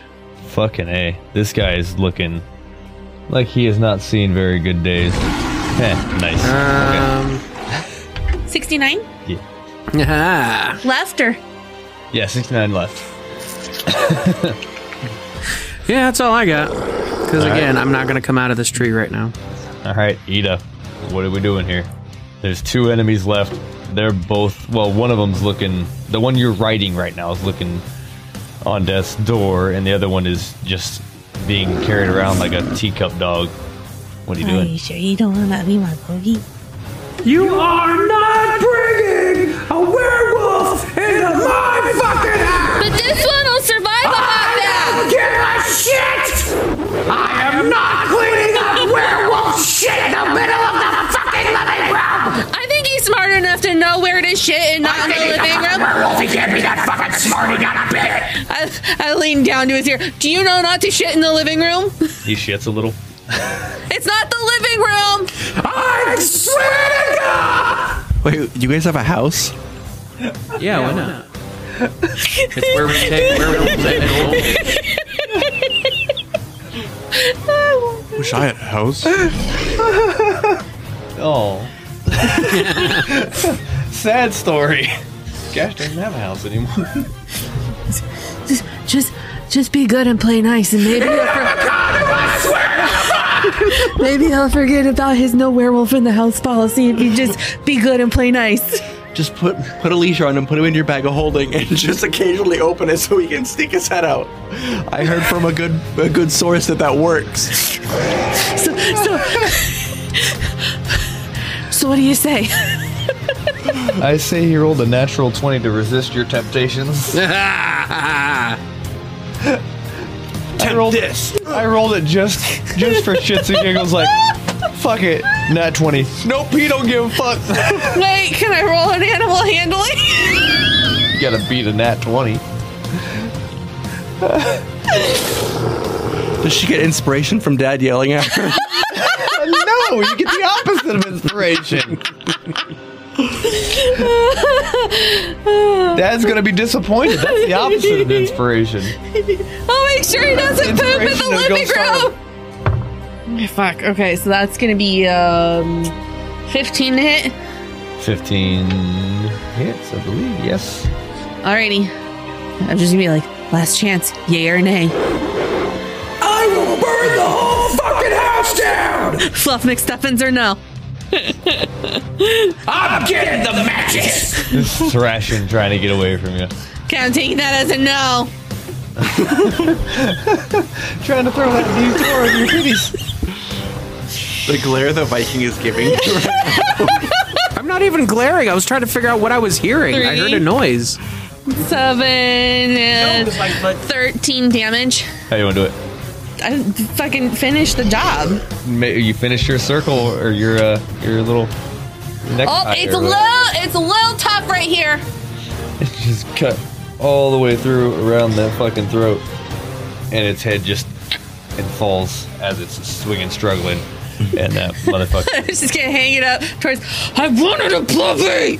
J: Fucking A. This guy is looking like he has not seen very good days. Heh, nice.
E: Um,
C: 69?
J: okay. Yeah.
C: Left or?
J: yeah, 69 left.
E: Yeah, that's all I got. Because again, I'm not going to come out of this tree right now.
J: All right, Ida, what are we doing here? There's two enemies left. They're both well. One of them's looking. The one you're riding right now is looking on death's door, and the other one is just being carried around like a teacup dog. What are you doing?
Q: sure you don't want to be my boogie?
B: You are not bringing a werewolf into my fucking house!
C: But this one will survive a
B: I don't
C: hot bath!
B: give a shit! I am not cleaning up werewolf shit in the middle of the fucking living room!
C: I think he's smart enough to know where to shit and not in the
B: He's a
C: living
B: fucking
C: room.
B: werewolf, he can't be that fucking smart, he got a bit!
C: I, I leaned down to his ear. Do you know not to shit in the living room?
J: He shits a little.
C: It's not the living room!
B: I swear to God!
K: Wait, do you guys have a house?
E: Yeah, why not? it's where we take
B: werewolves
K: Wish I had a house.
J: Oh, sad story. Gash doesn't have a house anymore.
Q: Just, just, just be good and play nice, and maybe he'll, for- maybe he'll forget about his no werewolf in the house policy if you just be good and play nice.
K: Just put put a leash on him, put him in your bag of holding, and just occasionally open it so he can stick his head out. I heard from a good a good source that that works.
Q: So, so, so what do you say?
J: I say he rolled a natural 20 to resist your temptations.
E: I
J: rolled this. I rolled it just just for shits and giggles like fuck it. Nat 20. Nope, he don't give a fuck.
C: Wait, can I roll an animal handling?
J: you gotta beat a nat 20.
K: Does she get inspiration from dad yelling at her?
J: no, you get the opposite of inspiration. Dad's gonna be disappointed. That's the opposite of inspiration.
C: I'll make sure he doesn't poop in the
J: Inspiration of
C: living
J: Ghost Town.
C: room. Okay, Fuck. Okay, so that's gonna be um, fifteen to hit.
J: 15 hits, I believe. Yes.
C: Alrighty. I'm just gonna be like, last chance, yay or nay.
B: I will burn the whole fucking house down!
C: Fluff McStuffins or no?
B: I'm getting the matches!
J: Just thrashing, trying to get away from you.
C: Can I take that as a no?
J: Trying to throw that new door in your titties.
K: the glare the Viking is giving.
E: I'm not even glaring. I was trying to figure out what I was hearing. I heard a
C: Three.
E: noise.
C: Seven and thirteen damage.
J: How you wanna do it?
C: I fucking finished the job.
J: Ma- You finished your circle or your uh, your little neck.
C: oh, it's a little, it's a little tough right here.
J: just cut all the way through around that fucking throat, and its head just and falls as it's swinging, struggling, and that
C: I'm
J: motherfucker.
C: just gonna hang it up towards. I wanted a puppy.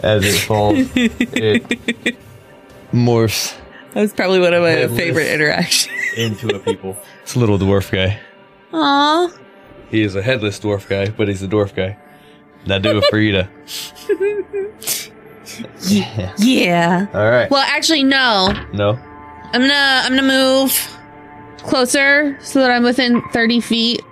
J: As it falls, it morphs
C: That was probably one of my
J: Headless.
C: favorite interactions.
J: into a people. It's a little dwarf guy.
C: Aw.
J: He is a headless dwarf guy, but he's a dwarf guy. Now do it for Ida.
C: Yeah. yeah.
J: All right.
C: Well, actually, no.
J: No.
C: I'm gonna I'm gonna move closer so that I'm within 30 feet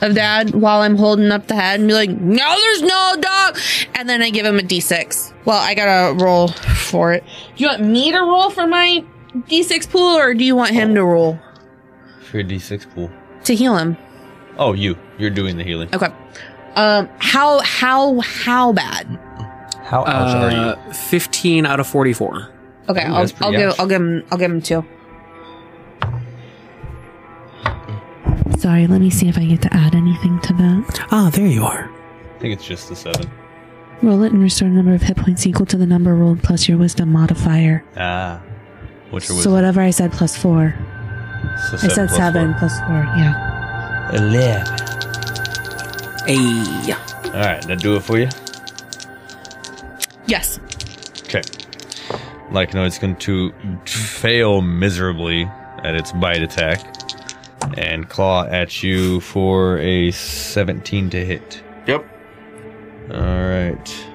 C: of Dad while I'm holding up the head and be like, "No, there's no dog," and then I give him a D6. Well, I gotta roll for it. Do you want me to roll for my D6 pool, or do you want him to roll
J: For your D6 pool.
C: to heal him?
J: Oh, you. You're doing the healing.
C: Okay. Um, how how how bad?
J: How ouch
E: Uh, 15 out of 44.
C: Okay,
E: Ooh,
C: I'll,
E: that's pretty
C: I'll give
E: ouch.
C: I'll give him I'll give him two.
Q: Sorry, let me see if I get to add anything to that.
E: Ah, there you are.
J: I think it's just the seven.
Q: Roll it and restore the number of hit points equal to the number rolled plus your wisdom modifier.
J: Ah. What's
Q: So
J: your wisdom?
Q: whatever I said plus four.
J: So
Q: I said
J: plus
Q: seven
J: four.
Q: plus four, yeah.
J: Eleven. Hey. All right, that do it for you.
C: Yes.
J: Okay. Lycanoid's going to fail miserably at its bite attack and claw at you for a 17 to hit.
R: Yep.
J: All right.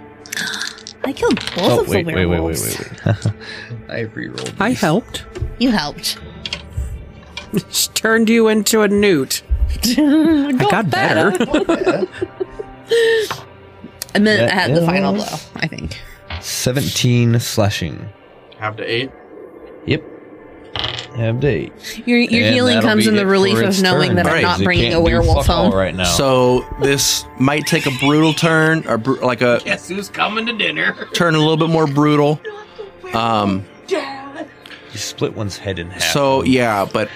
C: I killed both
J: oh,
C: of
J: wait,
C: the
J: wait, wait,
C: werewolves.
J: wait, wait, wait. I rerolled.
E: I helped.
C: You helped.
E: She turned you into a newt.
C: I
E: got better.
C: and then I
J: That
C: had the final
J: is-
C: blow, I think.
J: 17 slashing.
R: Have to eight.
J: Yep. Have to eight.
C: Your, your
J: And
C: healing
J: that'll
C: comes
J: be
C: in the
J: it
C: relief
J: for
C: of
J: its
C: knowing
J: turn.
C: that I'm
J: Right,
C: not
J: it
C: bringing a
J: can't do
C: werewolf
J: fuck all
C: home.
J: right now.
F: So this might take a brutal turn, or br- like a
S: Guess who's coming to dinner?
F: turn a little bit more brutal. Um,
J: You split one's head in half.
F: so yeah, but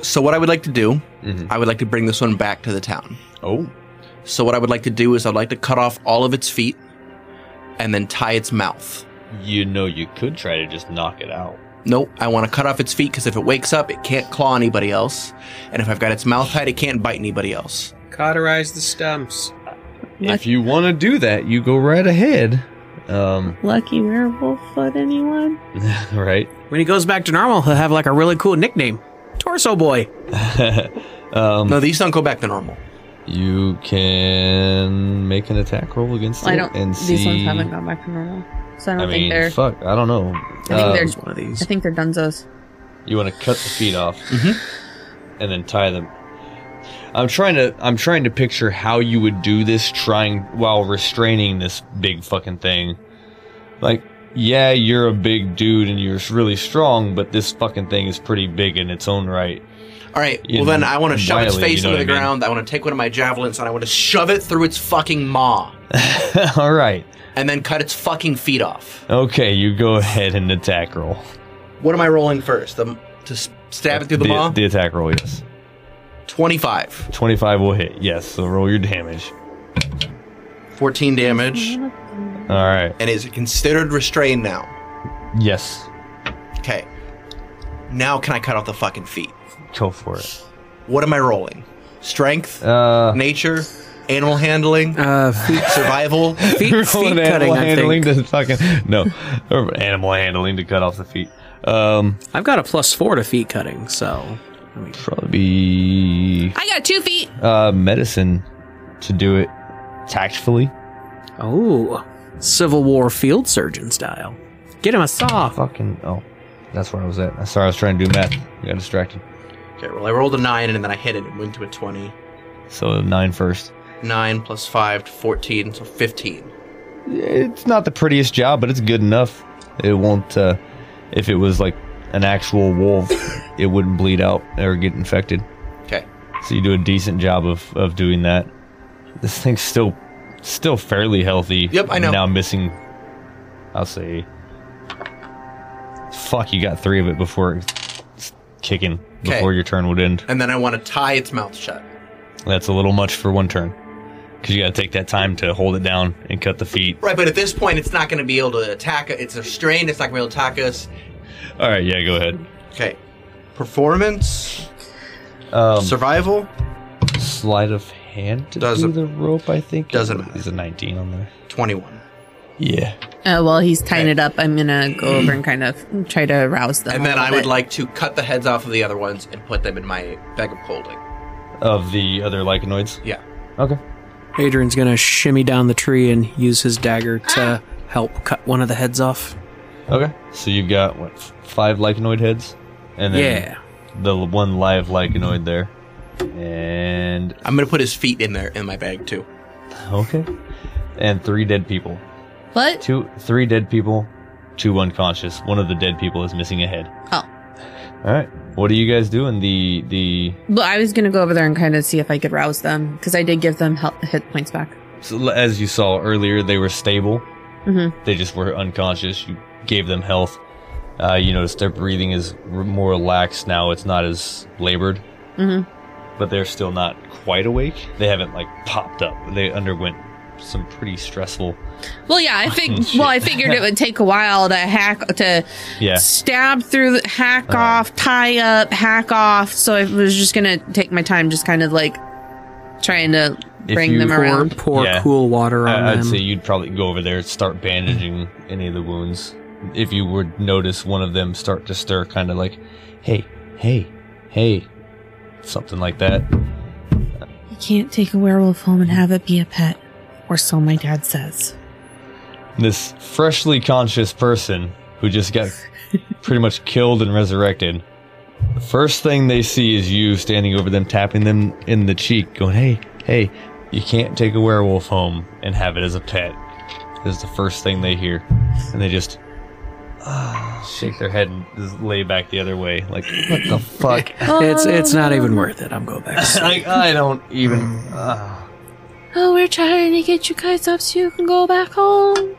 F: so what I would like to do, I would like to bring this one back to the town.
J: Mm-hmm. Oh.
F: So what I would like to do is I'd like to cut off all of its feet and then tie its mouth.
J: You know you could try to just knock it out.
F: Nope, I want to cut off its feet because if it wakes up, it can't claw anybody else. And if I've got its mouth tied, it can't bite anybody else.
E: Cauterize the stumps.
J: If you want to do that, you go right ahead. Um,
C: Lucky werewolf foot, anyone?
J: right?
E: When he goes back to normal, he'll have like a really cool nickname Torso Boy.
J: um,
F: no, these don't go back to normal.
J: You can make an attack roll against
C: Well, I
J: it
C: don't.
J: and
C: These
J: see.
C: ones haven't gone back to normal, so I
J: I
C: don't think
J: mean,
C: they're.
J: fuck, I don't know. Um,
C: I think they're. I think they're Dunzos.
J: You want to cut the feet off
F: Mm-hmm.
J: and then tie them. I'm trying to. I'm trying to picture how you would do this, trying while restraining this big fucking thing. Like, yeah, you're a big dude and you're really strong, but this fucking thing is pretty big in its own right.
F: All right.
J: You
F: well, then
J: know,
F: I want to shove its
J: wily,
F: face
J: you know
F: into the
J: what I mean?
F: ground. I want to take one of my javelins and I want to shove it through its fucking maw
J: All right.
F: and then cut its fucking feet off.
J: Okay, you go ahead and attack roll.
F: What am I rolling first? The, to s- stab it through the, maw?
J: the attack roll, yes.
F: 25.
J: 25 will hit, yes. So roll your damage.
F: 14 damage. All
J: right.
F: And is it considered restrained now?
J: Yes.
F: Okay. Now can I cut off the fucking feet?
J: Go for it.
F: What am I rolling? Strength?
J: Uh,
F: nature? Animal handling?
E: Uh,
F: survival?
J: Roll an animal handling to fucking no, Or animal handling to cut off the feet. Um,
E: I've got a plus four to feet cutting, so
J: probably be
C: I got two feet.
J: uh, medicine to do it tactfully.
E: Oh, Civil War field surgeon style. Get him a saw.
J: Fucking oh, that's where I was at. Sorry, I was trying to do math. Got distracted.
F: Okay, well, I rolled a 9 and then I hit it and went to a 20.
J: So nine first.
F: 9 plus 5 to 14, so 15.
J: It's not the prettiest job, but it's good enough. It won't. Uh, if it was like an actual wolf, it wouldn't bleed out or get infected.
F: Okay.
J: So you do a decent job of, of doing that. This thing's still still fairly healthy.
F: Yep, I know.
J: Now missing, I'll say. Fuck! You got three of it before it's kicking.
F: 'Kay.
J: Before your turn would end.
F: And then I want to tie its mouth shut.
J: That's a little much for one turn. Because you got to take that time to hold it down and cut the feet.
F: Right, but at this point, it's not going to be able to attack It's restrained, it's not going to be able to attack us.
J: All right. Yeah. Go ahead.
F: Okay. Performance?
J: Um,
F: survival?
J: Sleight of hand to
F: Doesn't-
J: do the rope, I think.
F: Doesn't matter.
J: There's a 19 on there.
F: 21.
J: Yeah.
C: Uh, while he's tying it up, I'm gonna go over and kind of try to rouse them.
F: And
C: a
F: then
C: little
F: I would
C: bit.
F: like to cut the heads off of the other ones and put them in my bag of holding.
J: Of the other Lycanoids?
F: Yeah.
J: Okay.
E: Adrian's gonna shimmy down the tree and use his dagger to help cut one of the heads off.
J: Okay. So you've got, what, f- five Lycanoid heads? And then the l- one live Lycanoid there. And.
F: I'm going to put his feet in there in my bag too.
J: Okay. And three dead people.
C: What?
J: Two, three dead people, two unconscious. One of the dead people is missing a head.
C: Oh.
J: All right. What are you guys doing? The, the,
C: Well, I was gonna go over there and kind of see if I could rouse them because I did give them health, hit points back.
J: so l- as you saw earlier, they were stable.
C: hmm
J: They just were unconscious. You gave them health. Uh, you noticed their breathing is r- more relaxed now. It's not as labored,
C: hmm
J: but they're still not quite awake. They haven't like popped up. They underwent some pretty stressful.
C: Well, yeah, I fig- well, I figured it would take a while to hack to
J: Yeah.
C: stab through, the- hack
F: Uh-huh.
C: off, tie up, hack off. So I was just gonna take my time, just kind of like trying to
J: If
C: bring
J: you-
C: them around.
A: pour cool water on
J: I- I'd
A: them.
J: say you'd probably go over there, start bandaging any of the wounds. If you would notice one of them start to stir, kind of like, hey, hey, hey, something like that.
C: You can't take a werewolf home and have it be a pet, or so my dad says.
J: This freshly conscious person who just got pretty much killed and resurrected. The first thing they see is you standing over them, tapping them in the cheek, going, hey, hey, you can't take a werewolf home and have it as a pet. Is the first thing they hear. And they just ah, shake their head and just lay back the other way. Like, what the fuck?
E: it's it's not even worth it. I'm going back. to
J: like,
E: sleep.
J: I don't even. ah.
Q: Oh, we're trying to get you guys up so you can go back home.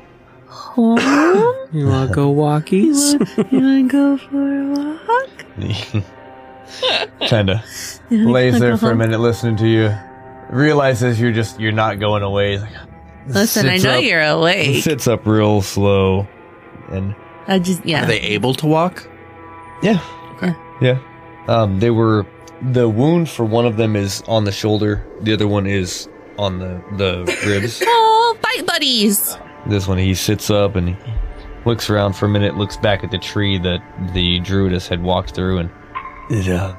Q: Home?
A: You want to go walkies?
Q: you want to go for a walk?
J: Kinda
Q: Yeah,
J: lays
Q: like
J: there
Q: a
J: for a
Q: hug.
J: minute, listening to you. Realizes you're just you're not going away. He's like,
C: Listen, I
J: sits
C: know
J: up-
C: you're awake.
J: Sits up real slow, and
C: I just yeah.
J: able to walk? Yeah.
C: Okay.
J: Yeah. Um, they were the wound for one of them is on the shoulder. The other one is on the the ribs.
C: oh, bite buddies.
J: This one, he sits up and he looks around for a minute, looks back at the tree that the druidess had walked through, and did uh,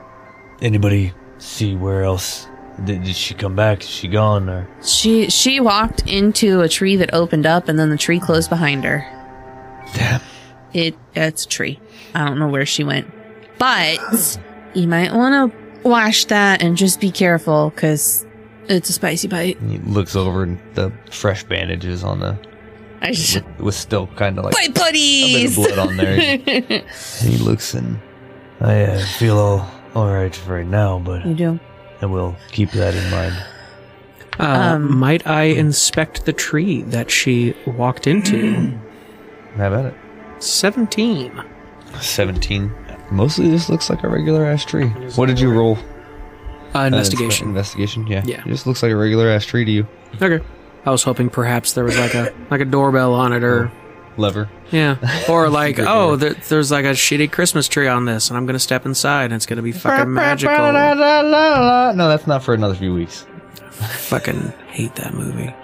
J: anybody see where else? Did, did she come back? Is she gone? Or
C: She she walked into a tree that opened up, and then the tree closed behind her. Damn. It it's a tree. I don't know where she went, but you might want to wash that and just be careful because it's a spicy bite.
J: and he looks over and the fresh bandages on the.
C: I just-
J: it was still kind of like
C: bite buddies.
J: a bit of blood on there. And he looks and I uh, feel all all right right now, but
C: you do.
J: I will keep that in mind.
A: Uh, might I inspect the tree that she walked into?
J: How about it?
A: Seventeen.
J: Seventeen. Mostly, this looks like a regular ass tree. What did you roll?
A: Uh, investigation.
J: Uh, investigation. Yeah.
A: Yeah.
J: It just looks like a regular ass tree to you.
A: Okay. I was hoping perhaps there was like a like a doorbell on it or
J: Lever.
A: yeah or like oh there, there's like a shitty Christmas tree on this and I'm gonna step inside and it's gonna be fucking magical.
J: No, that's not for another few weeks.
A: fucking hate that movie.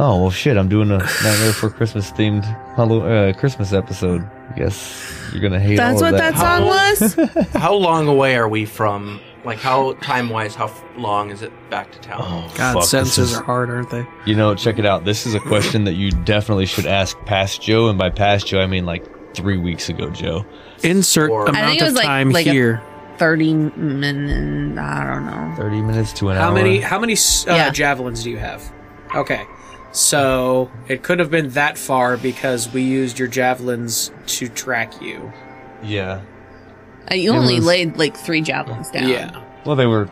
J: Oh well, shit! I'm doing a Nightmare Before Christmas themed Hallow- uh, Christmas episode. I guess you're gonna hate
C: That's
J: all
C: what
J: of
C: that song was.
F: how long away are we from? Like, how time wise? How f- long is it back to town?
A: God,
J: Fuck, this
A: sentences
J: is-
A: are hard, aren't they?
J: You know, check it out. This is a question that you definitely should ask past Joe, and by past Joe, I mean like three weeks ago, Joe.
A: Insert
C: I think
A: amount
C: it was
A: of
C: like
A: time
C: like
A: here.
C: A Thirty minutes. I don't know.
J: Thirty minutes to an
A: How
J: hour.
A: many how many s- uh,
C: Yeah.
A: javelins do you have? Okay. So it could have been that far because we used your javelins to track you.
J: Yeah.
C: Uh, You
J: It
C: only
J: was-
C: laid like three javelins down.
A: Yeah.
J: Well, they were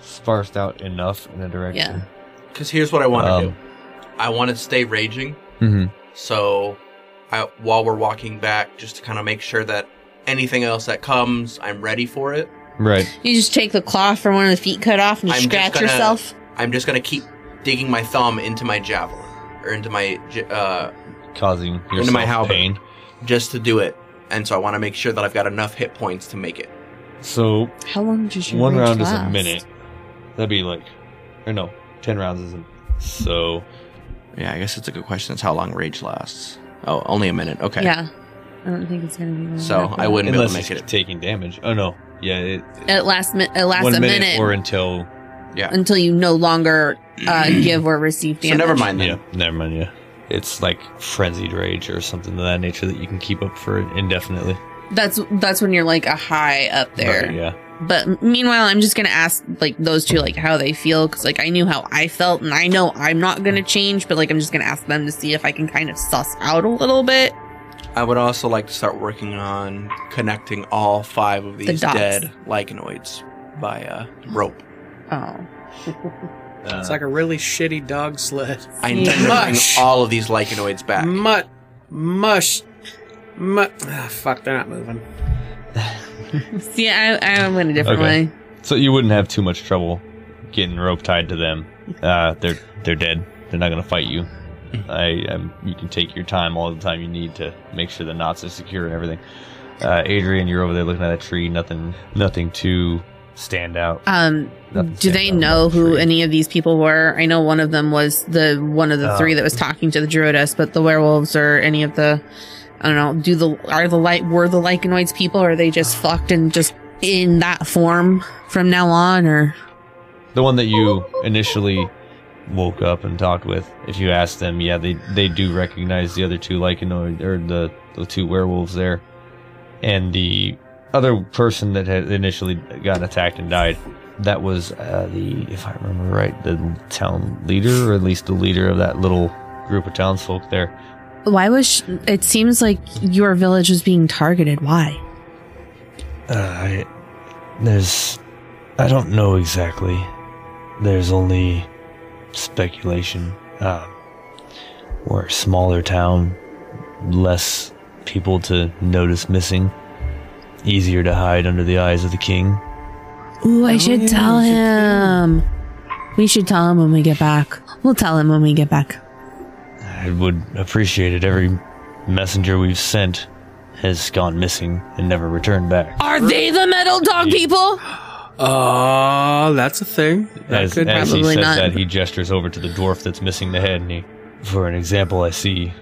J: sparsed out enough in a direction.
F: Because here's what I want to
J: Um,
F: do. I want to stay raging.
J: Mhm.
F: So, I, while we're walking back, just to kind of make sure that anything else that comes, I'm ready for it.
J: Right.
C: You just take the cloth from one of the feet cut off and you
F: I'm just
C: scratch
F: gonna-
C: yourself.
F: I'm just gonna keep digging my thumb into my javelin or into my j- uh,
J: Causing yourself
F: into my halberd
J: pain.
F: just to do it. And so I want to make sure that I've got enough hit points to make it.
J: So
C: How long did you?
J: one round is a minute. That'd be like, or no, ten rounds isn't. So
F: Yeah, I guess it's a good question. It's how long rage lasts. Oh, only a minute. Okay.
C: Yeah. I don't think it's gonna be. long
F: So,
C: after
F: I
C: that.
F: wouldn't- be able to
J: unless
F: make
J: it's taking damage. Oh no. Yeah. It,
C: It lasts. mi- It lasts
J: one
C: a minute,
J: or until.
C: until you no longer uh, give or receive damage.
J: Yeah, never mind. Yeah, it's like frenzied rage or something of that nature that you can keep up for indefinitely.
C: That's that's when you're like a high up there.
J: Right, yeah.
C: But meanwhile, I'm just gonna ask like those two like how they feel because like I knew how I felt and I know I'm not gonna change, but like I'm just gonna ask them to see if I can kind of suss out a little bit.
F: I would also like to start working on connecting all five of these
C: dots.
F: dead lichenoids via rope.
C: Oh.
A: It's like a really shitty dog sled.
F: I intend to bring
A: mush,
F: all of these lichenoids back.
A: mush, mush, mush. Ah, fuck, they're not moving.
C: See, I I went a different
J: Okay.
C: way.
J: So you wouldn't have too much trouble getting rope tied to them. Uh, they're they're dead. They're not gonna fight you. I um, you can take your time, all the time you need to make sure the knots are secure and everything. Uh, Adrian, you're over there looking at that tree. Nothing, nothing too stand out.
C: Um,
J: Nothing
C: do they know who any of these people were? I know one of them was the one of the
J: Uh.
C: three that was talking to the druidess, but the werewolves or any of the, I don't know, do the are the light were the lycanoids people? Or are they just fucked and just in that form from now on? Or
J: The one that you initially woke up and talked with. If you ask them, yeah, they they do recognize the other two lycanoid or the the two werewolves there, and the other person that had initially gotten attacked and died. That was uh, the, if I remember right, the town leader, or at least the leader of that little group of townsfolk there.
C: why was sh- it seems like your village was being targeted? Why?
J: Uh, I, there's, I don't know exactly. There's only speculation. Uh, we're a smaller town, less people to notice missing, easier to hide under the eyes of the king.
C: Ooh, I should tell him. We should tell him when we get back. We'll tell him when we get back.
J: I would appreciate it. Every messenger we've sent has gone missing and never returned back.
C: Are they the metal dog people?
E: Uh, that's a thing. That
J: As,
E: could
J: as he
E: probably
J: says
E: not.
J: that, he gestures over to the dwarf that's missing the head, and he, for an example, I see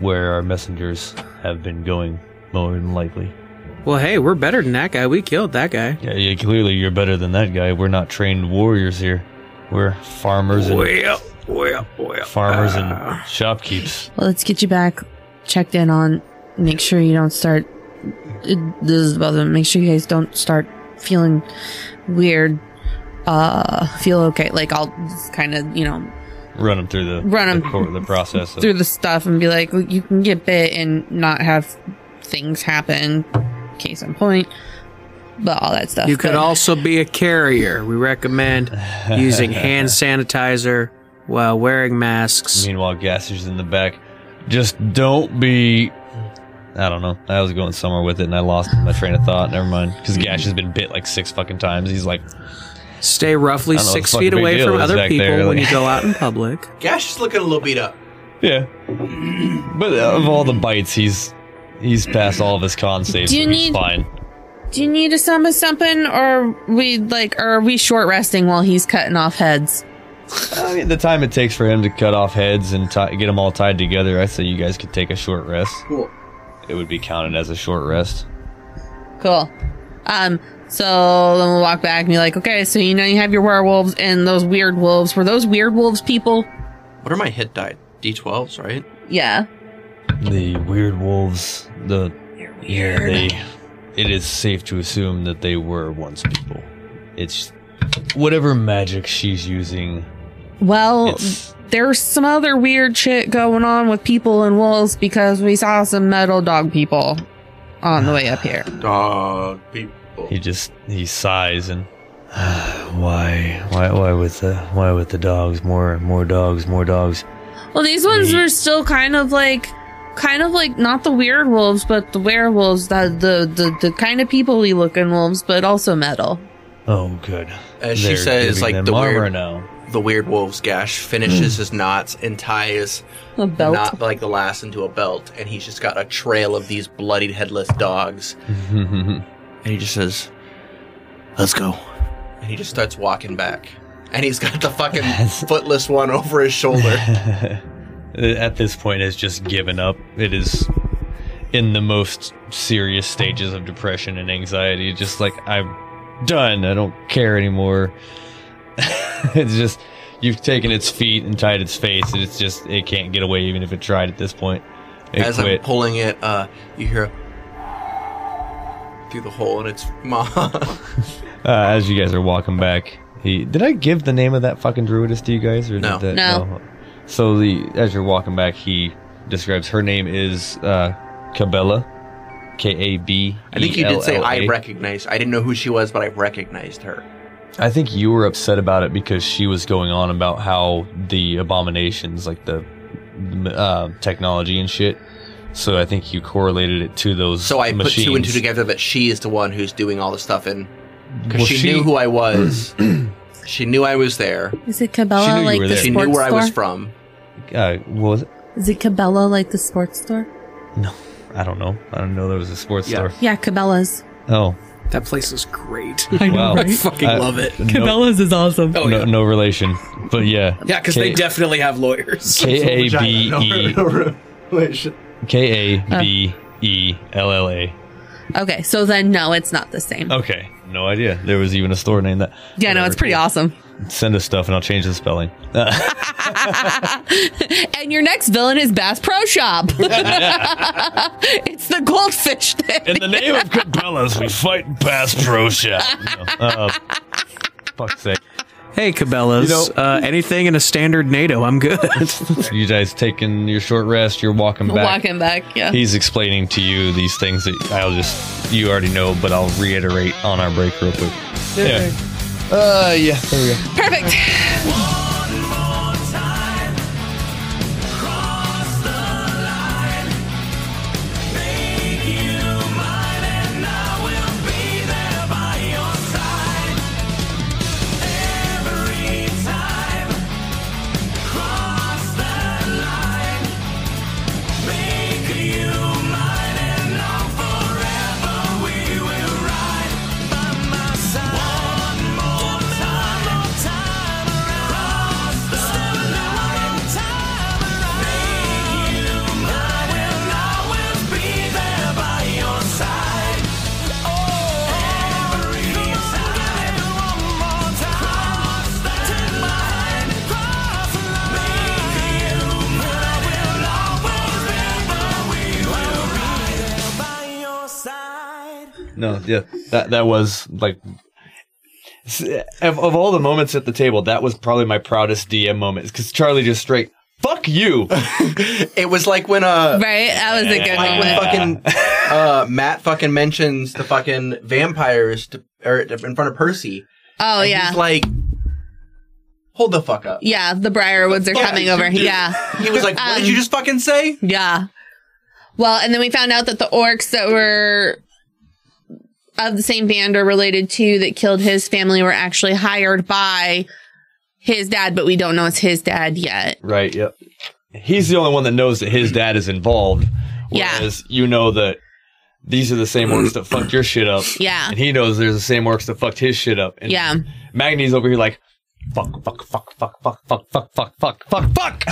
J: where our messengers have been going, more than likely.
A: Well, hey, we're better than that guy. We killed that guy.
J: Yeah, yeah, clearly you're better than that guy. We're not trained warriors here. We're farmers and
E: Well, well, well. uh,
J: farmers and shopkeeps.
C: Well, let's get you back checked in on. Make sure you don't start. it- This is about them. Make sure you guys don't start feeling weird. Uh, feel okay. Like I'll just kind of you know
J: Run them through the
C: Run 'em
J: the, cor- the process. of-
C: through the stuff and be like, "Well, you can get bit and not have things happen. Case in point, but all that stuff.
A: You could
C: But-
A: also be a carrier. We recommend using hand sanitizer while wearing masks.
J: Meanwhile, Gasser's in the back. Just don't be. I don't know. I was going somewhere with it, and I lost my train of thought. Never mind. Because Gash has been bit like six fucking times. He's like,
A: Stay roughly
J: I don't know
A: six
J: what the
A: feet
J: fucking
A: away
J: big deal
A: from
J: is
A: other
J: back
A: people
J: there,
A: when
J: like-
A: you go out in public.
F: Gash is looking a little beat up.
J: yeah. But of all the bites, he's he's passed all of his con saves.
C: Do you
J: so he's
C: need-
J: fine.
C: Do you need a samba something, or we like, or are we short resting while he's cutting off heads?
J: I mean, the time it takes for him to cut off heads and tie get them all tied together, I say you guys could take a short rest.
F: Cool.
J: It would be counted as a short rest.
C: Cool. Um, so then we'll walk back and be like, okay, so you know you have your werewolves and those weird wolves. Were those weird wolves people?
F: What are my hit die? D12s, right?
C: Yeah.
J: The weird wolves, the yeah, they. It is safe to assume that they were once people. It's whatever magic she's using.
C: Well,
J: It's-
C: there's some other weird shit going on with people and wolves because we saw some metal dog people on the way up here.
F: Dog people.
J: He just he sighs and why why why with the why with the dogs more more dogs more dogs.
C: Well, these ones were still kind of like, kind of like not the weird wolves, but the werewolves, the the the, the kind of people-y looking wolves, but also metal.
J: Oh, good.
F: As she
J: They're
F: says,
J: giving
F: like
J: them
F: the
J: armor
F: weird,
J: now. Hmm.
F: the weird wolf's gash finishes his knots and ties
C: A belt.
F: knot like the last into a belt, and he's just got a trail of these bloodied headless dogs.
J: and
F: he just says, "Let's go." And he just starts walking back, and he's got the fucking footless one over his shoulder.
J: At this point, has just given up. It is in the most serious stages of depression and anxiety. Just like I'm done. I don't care anymore. it's just you've taken its feet and tied its face, and it's just it can't get away, even if it tried at this point. It
F: As
J: quit.
F: I'm pulling it, uh, you hear a through the hole, and it's ma.
J: Uh, as you guys are walking back, he did I give the name of that fucking druidess to you guys or
F: No.
J: did that,
F: No.
J: So the as you're walking back, he describes her name is uh, Cabela, K A B.
F: I think you did
J: E
F: say I recognize. I didn't know who she was, but I recognized her.
J: I think you were upset about it because she was going on about how the abominations, like the uh, technology and shit. So I think you correlated it to those.
F: So I put two and two
J: machines.
F: together that she is the one who's doing all the stuff, and because
J: Well,
F: she,
J: she-
F: knew who I was, she knew I was there.
C: Is it
F: she knew
C: Cabela like the
F: She
C: sports
F: knew where I
C: store?
F: was from.
J: Uh, what was it?
C: Is it Cabela like the sports store?
J: I don't know. I don't know. There was a sports store.
C: Yeah, Cabela's.
J: Oh,
A: That place is great.
J: I know, Wow. right?
A: I fucking
J: Uh,
A: love it.
J: no- Cabela's
A: is awesome. Oh,
J: no,
A: yeah.
J: no relation, but yeah.
A: Yeah, because they
J: K-
A: definitely have lawyers.
J: K A B E
L: Wait,
J: K A B E L L A.
C: Okay, so then no, it's not the same.
J: Okay, no idea. There was even a store named that.
C: Yeah, no, it's pretty awesome.
J: Send us stuff and I'll change the spelling. Uh,
C: And your next villain is Bass Pro Shop. it's the goldfish thing.
J: In the name of Cabela's, we fight Bass Pro Shop. No, uh, fuck's sake.
E: Hey, Cabela's.
J: You
E: uh, anything in a standard NATO, I'm good.
J: you guys taking your short rest. You're walking back.
C: Walking back, yeah.
J: He's explaining to you these things that I'll just you already know, but I'll reiterate on our break real quick. Anyway. Uh, yeah. There we go.
C: Perfect.
J: No, yeah, that that was like s- of, of all the moments at the table, that was probably my proudest DM moment because Charlie just straight fuck you.
F: it was like when uh
C: right that was a good
F: like when fucking uh Matt fucking mentions the fucking vampires to, or in front of Percy.
C: Oh yeah.
F: He's like, hold the fuck up.
C: yeah, the Briarwoods are
F: Yeah,
C: coming over.
F: dude.
C: Yeah.
F: He was like, what did you just fucking say?
C: Yeah. Well, and then we found out that the orcs that were of the same band or related to that killed his family were actually hired by his dad, but we don't know it's his dad yet.
J: Right. Yep. He's the only one that knows that his dad is involved.
C: Yeah.
J: Whereas you know that these are the same orcs that fucked your shit up.
C: Yeah.
J: And he knows there's the same orcs that fucked his shit up. And
C: Yeah.
J: Magni's over here like, fuck, fuck, fuck, fuck, fuck, fuck, fuck, fuck, fuck, fuck, fuck.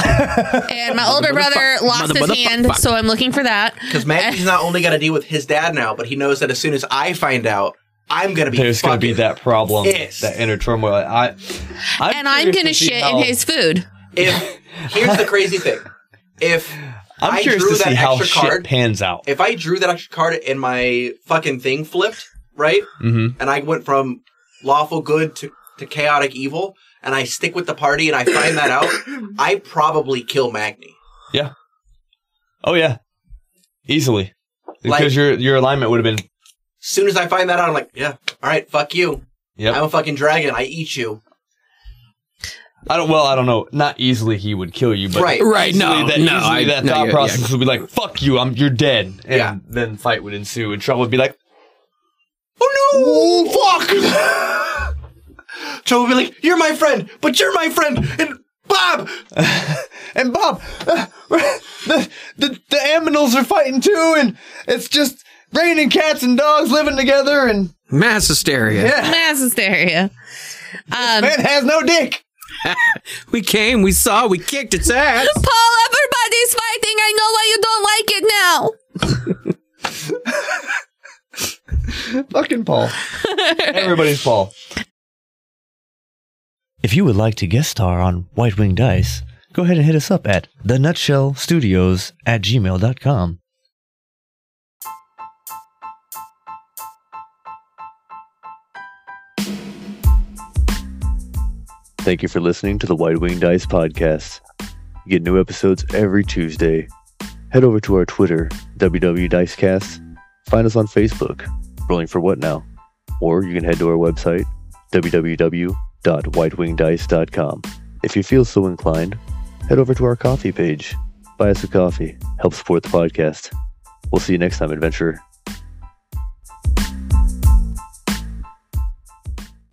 C: And my older brother lost his hand, so I'm looking for that.
F: Because Maggie's not only got to deal with his dad now, but he knows that as soon as I find out, I'm gonna be
J: There's going to be that problem,
F: pissed.
J: that inner turmoil. I, I'm
C: and I'm
J: curious
C: going to
J: to see
C: shit
J: how-
C: in his food.
F: If here's the crazy thing, if
J: I'm
F: I
J: curious
F: drew
J: to
F: that
J: see how
F: extra
J: shit
F: card,
J: pans out.
F: if I drew that extra card and my fucking thing flipped, right?
J: Mhm.
F: And I went from lawful good to, to chaotic evil, and I stick with the party and I find that out, I probably kill Magni.
J: Yeah. Oh yeah. Easily. Because
F: Like-
J: your your alignment would have been
F: soon as I find that out, I'm like, yeah, all right, fuck you.
J: Yep.
F: I'm a fucking dragon. I eat you.
J: I don't. Well, I don't know. Not easily he would kill you, but
F: Right. Right, no,
J: easily that,
F: no,
J: easily
F: I-
J: that
F: no,
J: thought
F: yeah,
J: process
F: yeah.
J: would be like, "Fuck you, I'm you're dead," and
F: Yeah.
J: then fight would ensue, and trouble would be like,
F: Oh no! Fuck! Joe would be like, "You're my friend, but you're my friend, and Bob,
J: and Bob, uh, the the the Aminals are fighting too, and it's just raining cats and dogs living together, and
E: Mass hysteria.
C: Mass hysteria. Um,
J: man has no dick.
E: we came, we saw, we kicked its ass.
C: Paul, everybody's fighting. I know why you don't like it now.
J: fucking Paul. Everybody's Paul. If you would like to guest star on White Wing Dice, go ahead and hit us up at the Nutshell Studios at gmail.com.
G: Thank you for listening to the Wide Wing Dice podcast. You get new episodes every Tuesday. Head over to our Twitter, WWDicecast. Find us on Facebook, Rolling for What Now? Or you can head to our website, www.whitewingdice.com. If you feel so inclined, head over to our coffee page. Buy us a coffee. Help support the podcast. We'll see you next time, adventurer.